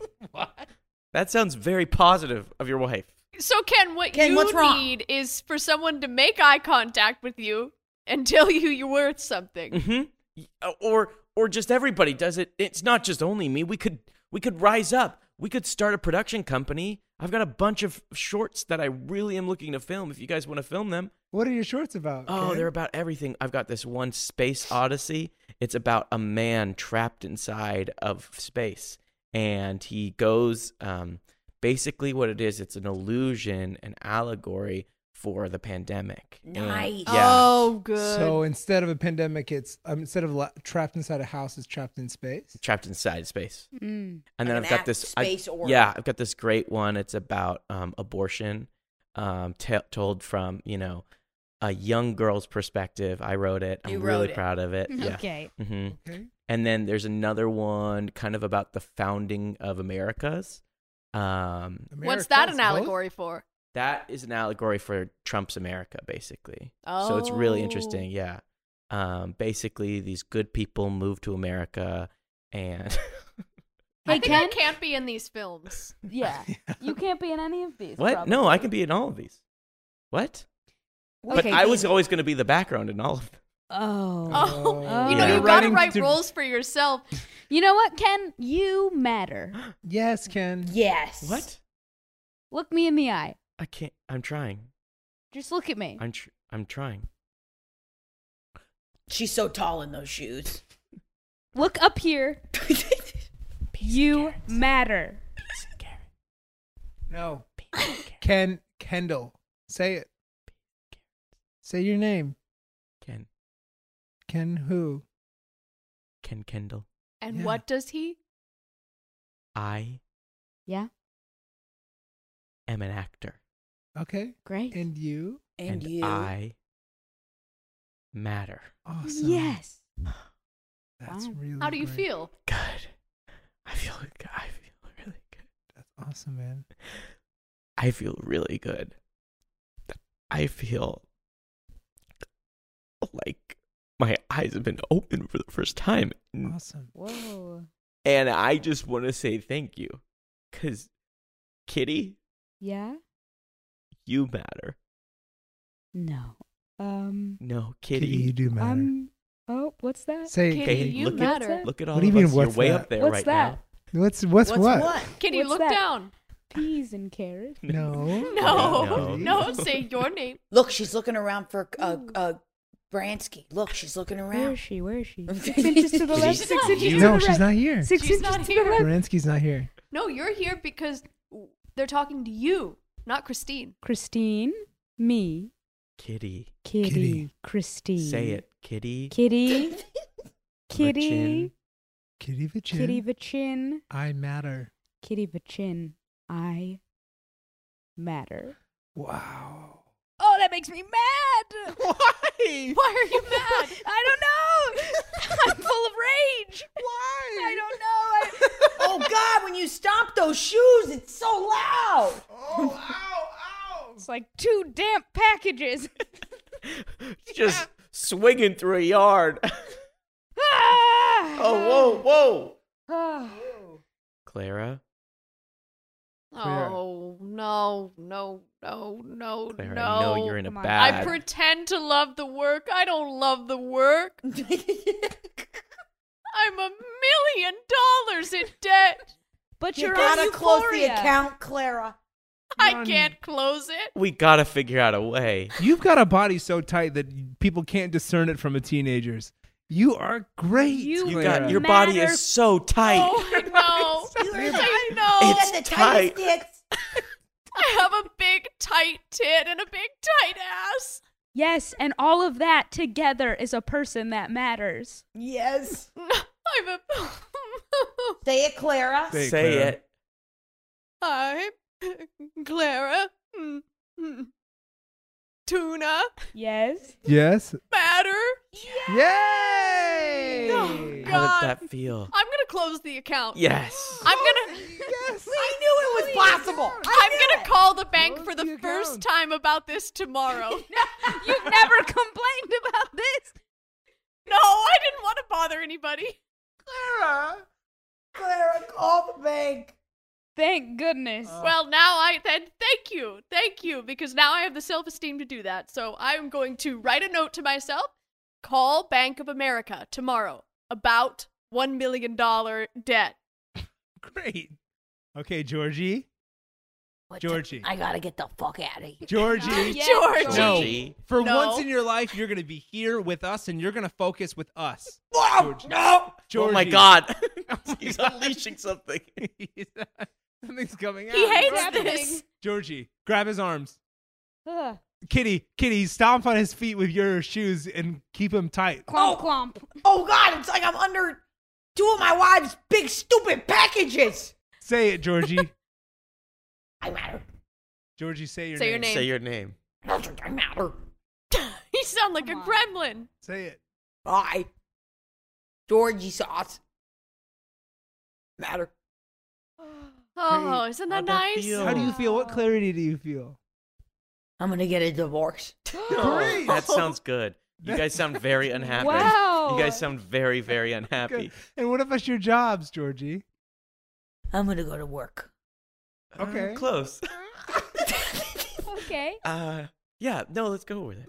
C: That sounds very positive of your wife.
A: So Ken, what
F: Ken,
A: you
F: what's wrong?
A: need is for someone to make eye contact with you and tell you you're worth something.
C: hmm Or or just everybody does it. It's not just only me. We could we could rise up. We could start a production company. I've got a bunch of shorts that I really am looking to film. If you guys want to film them,
E: What are your shorts about?
C: Oh,
E: Ken?
C: they're about everything. I've got this one space odyssey. It's about a man trapped inside of space, and he goes. Um, basically, what it is, it's an illusion, an allegory for the pandemic. And-
F: Nice.
C: yeah.
A: Oh, good.
E: So instead of a pandemic, it's um, instead of la- trapped inside a house, it's trapped in space.
C: Trapped inside space.
G: Mm.
C: and then
F: Like
C: I've
F: an
C: got
F: app
C: this I-
F: space org.
C: yeah, I've got this great one. It's about um, abortion, um, t- told from you know a young girl's perspective. I wrote it. I'm
F: You
C: really
F: wrote it.
C: proud of it. Yeah.
G: Okay.
C: hmm
E: Okay.
C: And then there's another one kind of about the founding of Americas. Um,
A: What's that
E: America's
A: an
E: both?
A: allegory for?
C: that is an allegory for Trump's America, basically. So it's really
A: Oh.
C: interesting. Yeah. Um, basically, these good people move to America and.
A: I
G: Hey,
A: think I
G: Ken.
A: can't be in these films.
G: Yeah. You can't be in any of these.
C: What? No, I can
G: probably.
C: be in all of these. What? but
G: Okay,
C: I
G: these-
C: was always going to be the background in all of them.
G: Oh.
A: Oh,
E: Oh.
A: you know
C: Yeah.
A: you gotta
E: Writing
A: write
E: to-
A: roles for yourself.
G: You know what, Ken? You matter.
E: Yes, Ken.
F: Yes.
C: What?
G: Look me in the eye.
C: I can't. I'm trying.
G: Just look at me.
C: I'm tr- I'm trying.
F: She's so tall in those shoes.
G: Look up here. You matter.
E: No. Ken Kendall. Say it. Say your name.
C: Ken
E: Ken who?
C: Ken Kendall.
A: And
E: Yeah.
A: what does he?
C: I
G: Yeah.
C: am an actor,
E: Okay.
G: Great.
E: And you?
F: and, you.
C: I matter.
E: Awesome.
G: Yes.
E: That's
G: Wow.
E: really
A: How do you
E: great.
A: feel?
C: Good. I feel. g- I feel really good.
E: That's awesome, man.
C: I feel really good. I feel like my eyes have been open for the first time in
E: Awesome.
G: Whoa.
C: And I just want to say thank you. Because, Kitty,
G: Yeah?
C: you matter.
G: No. Um.
C: No,
E: Kitty, you
C: Kitty.
E: do matter.
G: Um. Oh, what's that?
E: Say it,
A: Kitty,
E: Kitty.
A: you
C: look at-
A: matter.
G: What's
C: Look at all
E: What do you
C: of
E: mean,
C: us.
E: what's
C: You're way
E: that?
C: up there
G: What's
C: right
G: that?
C: now.
E: What's what's, what?
A: Kitty,
G: What's
A: look
G: that?
A: down.
G: Peas and carrots.
E: No.
A: No,
C: No.
A: no, say your name.
F: Look, she's looking around for uh, uh, Bransky. Look, she's looking
G: Where is
F: around.
G: she? Where is she? Six inches to the left.
C: She's
G: Six
A: not
G: inches
A: here.
G: to the
E: No,
G: right.
E: she's not here.
G: Six
A: She's
G: inches
A: not
G: to the
A: here.
G: right.
E: Baranski's not here.
A: No, you're here because they're talking to you, not Christine.
G: Christine, me,
C: Kitty.
G: Kitty,
E: Kitty.
G: Christine.
C: Say it. Kitty.
G: Kitty,
C: Vachin.
G: Kitty,
E: Kitty the chin.
G: Kitty Vachin,
E: I matter.
G: Kitty Vachin. I matter.
E: Wow.
G: Oh, that makes me mad.
E: Why?
A: Why are you mad?
G: I don't know. I'm full of rage.
E: Why?
G: I don't know. I,
F: oh God! When you stomp those shoes, it's so loud.
G: it's like two damp packages.
C: Just swinging through a yard.
G: Ah!
C: oh, whoa, whoa.
G: Ah.
C: Clara.
E: Clara.
A: Oh no, no, no, no,
C: Clara,
A: no!
C: I know you're in a
G: Come on.
C: bad.
A: I pretend to love the work. I don't love the work. I'm a million dollars in debt.
G: But
F: you
G: you're
F: gotta
G: on
F: close the
G: Euphoria.
F: account, Clara.
A: I can't close it.
C: we got to figure out a way.
E: You've got a body so tight that people can't discern it from a teenager's. You are great.
G: You
C: You
E: Clara.
C: got, your body
G: Matter-
C: is so tight.
A: Oh, I know. I know.
F: You are tight. You
C: It's
F: got Oh, the tightest
C: tight.
F: tits.
A: I have a big tight tit and a big tight ass.
G: Yes, and all of that together is a person that matters.
F: Yes.
A: No, I'm a.
F: Say it, Clara.
E: Say it,
C: Say
E: Clara.
C: it.
A: I'm Clara. mm, mm, Tuna.
G: Yes.
E: Yes.
A: Matter.
E: Yay!
A: Oh, God.
C: How did that feel?
A: I'm gonna close the account.
C: Yes.
A: I'm gonna.
E: Yes.
F: I knew it was possible.
A: I'm gonna call the bank
E: Close
A: for the
E: the
A: first
E: account.
A: time about this tomorrow.
G: You've never complained about this.
A: No, I didn't want to bother anybody.
F: Clara. Clara, call the bank.
G: Thank goodness.
E: Uh,
A: Well, now I then thank you, thank you, because now I have the self esteem to do that. So I am going to write a note to myself, call Bank of America tomorrow about one million dollar debt.
E: Great. Okay, Georgie.
F: What
E: Georgie.
F: the- I gotta get the fuck out of here.
E: Georgie.
G: Yeah,
A: Georgie.
E: No.
C: Georgie.
E: For
A: No.
E: once in your life, you're going to be here with us and you're going to focus with us.
F: Whoa,
E: Georgie.
F: no.
E: Georgie.
C: Oh my God. He's unleashing something.
E: Something's coming out.
A: He hates
G: Grabbing.
A: this.
E: Georgie, grab his arms.
G: Ugh.
E: Kitty, Kitty, stomp on his feet with your shoes and keep him tight.
F: Oh.
G: Clomp, clomp.
F: Oh God, it's like I'm under two of my wife's big stupid packages.
E: Say it, Georgie.
F: I matter.
E: Georgie, say your
A: Say
E: name.
A: your name.
C: Say your name.
F: I matter.
A: You sound like a
G: Come on.
A: gremlin.
E: Say it.
F: Bye. Georgie sauce. Matter.
A: Oh, isn't that
C: How'd that
A: nice?
C: feel?
E: How do you feel? What clarity do you feel?
F: I'm gonna get a divorce.
E: Great.
C: That sounds good. You guys sound very unhappy.
G: Wow.
C: You guys sound very, very unhappy.
E: And what about your jobs, Georgie?
F: I'm gonna go to work.
C: Uh,
E: Okay.
C: close.
G: Okay.
C: Uh, yeah. No, let's go with it.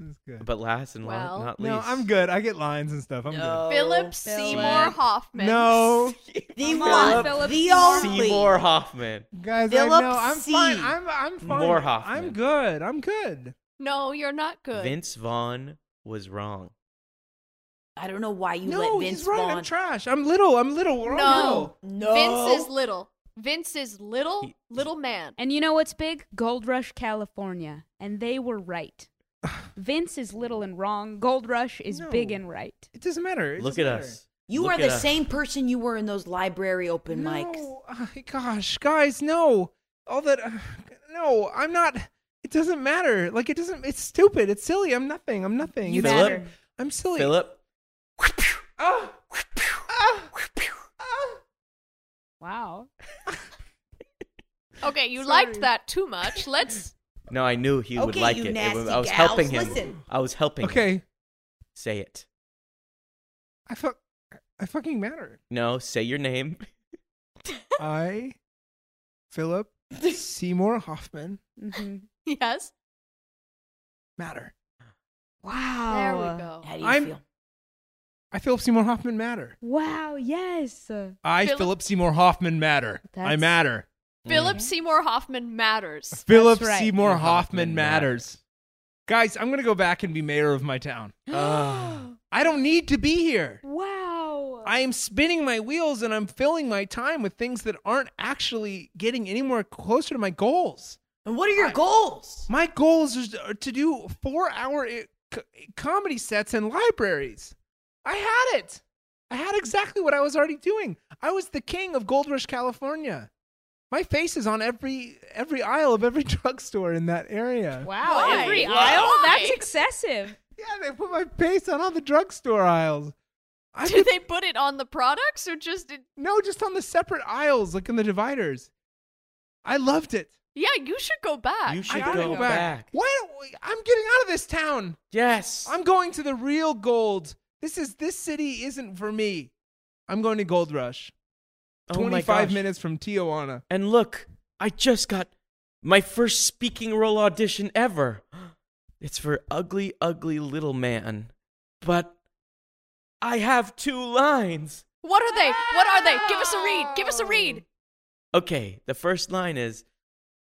E: That's good.
C: But last and la-
A: Well,
C: not least.
E: No, I'm good. I get lines and stuff. I'm
A: Philip Seymour
G: Philip.
E: good.
A: Hoffman.
E: No,
F: The
G: Come
F: one,
G: on, Philip
F: the
G: Seymour.
F: only.
C: Seymour Hoffman.
E: guys, I
F: Philip
E: know. I'm
F: C.
E: fine. I'm I'm fine.
C: More Hoffman.
E: I'm good. I'm good.
A: no, you're not good.
C: Vince Vaughn was wrong.
F: I don't know why you
E: no,
F: let Vince
E: he's right.
F: Vaughn.
E: I'm trash. I'm little. I'm little. We're
A: No.
E: all
F: no,
A: Vince is little. Vince is little,
C: He-
A: little man.
G: And you know what's big? Gold Rush, California. And they were right. Vince is little and wrong. Gold Rush is big
E: No.
G: and right.
E: It doesn't matter. It
C: Look
E: doesn't
C: at
E: matter.
C: us.
F: you
C: Look
F: are
C: at
F: the
C: us.
F: same person you were in those library open
E: no.
F: mics.
E: I- Gosh, guys, no. All that. uh, no, I'm not. It doesn't matter. Like it doesn't. It's stupid. It's silly. I'm nothing. I'm nothing.
G: You
E: It's-
C: Philip.
G: matter.
E: I'm silly.
C: Philip.
E: Ah, ah, ah.
G: Wow.
A: Okay, you liked
E: Sorry.
A: that too much. Let's
C: No, I knew he would
F: Okay,
C: like
F: you
C: it. It
F: nasty
C: was- I was
F: gals.
C: helping him.
F: Listen.
C: I was helping. him.
E: Okay.
C: Say it.
E: I fuck. I fucking matter.
C: No, say your name.
E: I, Philip Seymour Hoffman,
G: hmm
A: yes.
E: matter.
G: Wow.
A: There we go.
F: How do you
E: I'm-
F: feel?
E: I Philip Seymour Hoffman matter.
G: Wow. Yes.
E: I
A: Philip-
E: Philip Seymour Hoffman matter. I
G: That's-
E: matter.
A: Philip Seymour Hoffman matters.
E: Philip
G: right.
E: Seymour
C: Hoffman
E: Mm. Hoffman
C: matters.
E: matters. Guys, I'm gonna go back and be mayor of my town.
C: Ah.
E: I don't need to be here.
G: Wow.
E: I am spinning my wheels and I'm filling my time with things that aren't actually getting anywhere closer to my goals.
F: And what are your goals?
E: My goals is- are to do four hour i- co- comedy sets in libraries. I had it. I had exactly what I was already doing. I was the king of Gold Rush, California. My face is on every every aisle of every drugstore in that area.
G: wow.
A: Why?
G: Every
A: Why?
G: aisle? That's excessive.
E: Yeah, they put my face on all the drugstore aisles. I
A: Did
E: did
A: they put it on the products or just in-
E: no, just on the separate aisles, like in the dividers. I loved it.
A: Yeah, you should go back.
C: You
E: I
C: should
E: gotta
C: go back.
E: Why don't we, I'm getting out of this town.
C: Yes.
E: I'm going to the real gold. This is this city isn't for me. I'm going to Gold Rush.
C: Oh my
E: 25
C: gosh.
E: minutes from Tijuana.
C: And look, I just got my first speaking role audition ever. It's for Ugly, Ugly Little Man. But I have two lines.
A: What are they? What are they? Give us a read. Give us a read.
C: Okay, the first line is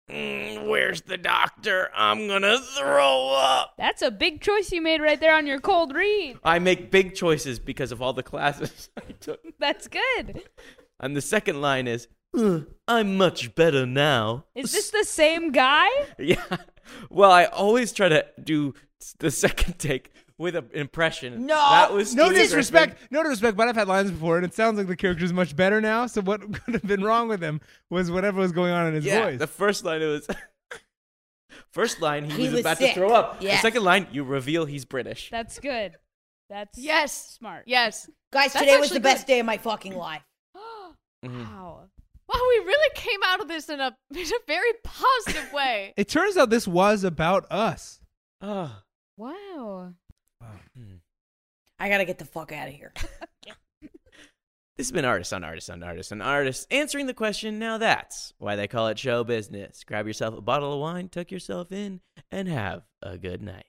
C: "Mm, Where's the doctor? I'm gonna throw up.
G: That's a big choice you made right there on your cold read.
C: I make big choices because of all the classes I took.
G: That's good.
C: And the second line is "Ugh, I'm much better now.
G: Is this the same guy?
C: Yeah. Well, I always try to do the second take, with an impression.
F: No.
C: that was
E: No
C: Steve
E: disrespect, no disrespect, but I've had lines before, and it sounds like the character is much better now. So what could have been wrong with him was whatever was going on in his
C: yeah,
E: voice.
C: the first line it was. First line, he,
F: He
C: was,
F: was
C: about
F: sick.
C: to throw up. The
F: Yes.
C: second line, you reveal he's British.
G: That's good. That's
A: Yes.
G: smart.
A: Yes.
F: Guys,
A: That's
F: today was the
A: actually
F: best day of my fucking life.
C: Mhm.
G: wow.
A: Wow, we really came out of this in a in a very positive way.
E: it turns out this was about us.
C: Ah.
G: Wow.
F: I gotta get the fuck out of here.
C: This has been Artists on Artists on Artists on Artists answering the question, now that's why they call it show business. Grab yourself a bottle of wine, tuck yourself in, and have a good night.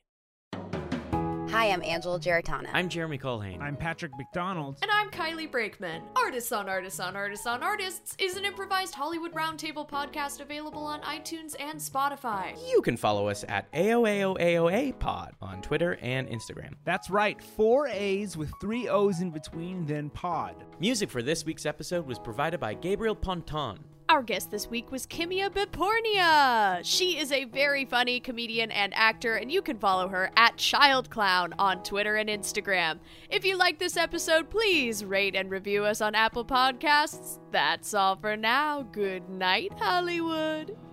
H: Hi, I'm Angela Geritana.
C: I'm Jeremy Colhane.
E: Patrick McDonald.
A: And I'm Kylie Brakeman. Artists on Artists on Artists on Artists is an improvised Hollywood roundtable podcast available on iTunes and Spotify.
C: you can follow us at AOAOAOA Pod on Twitter and Instagram.
E: That's right, four A's with three O's in between, then pod.
C: Music for this week's episode was provided by Gabriel Ponton.
A: Our guest this week was Kimia Bipornia. She is a very funny comedian and actor, and you can follow her at Child Clown on Twitter and Instagram. If you like this episode, please rate and review us on Apple Podcasts. That's all for now. Good night, Hollywood.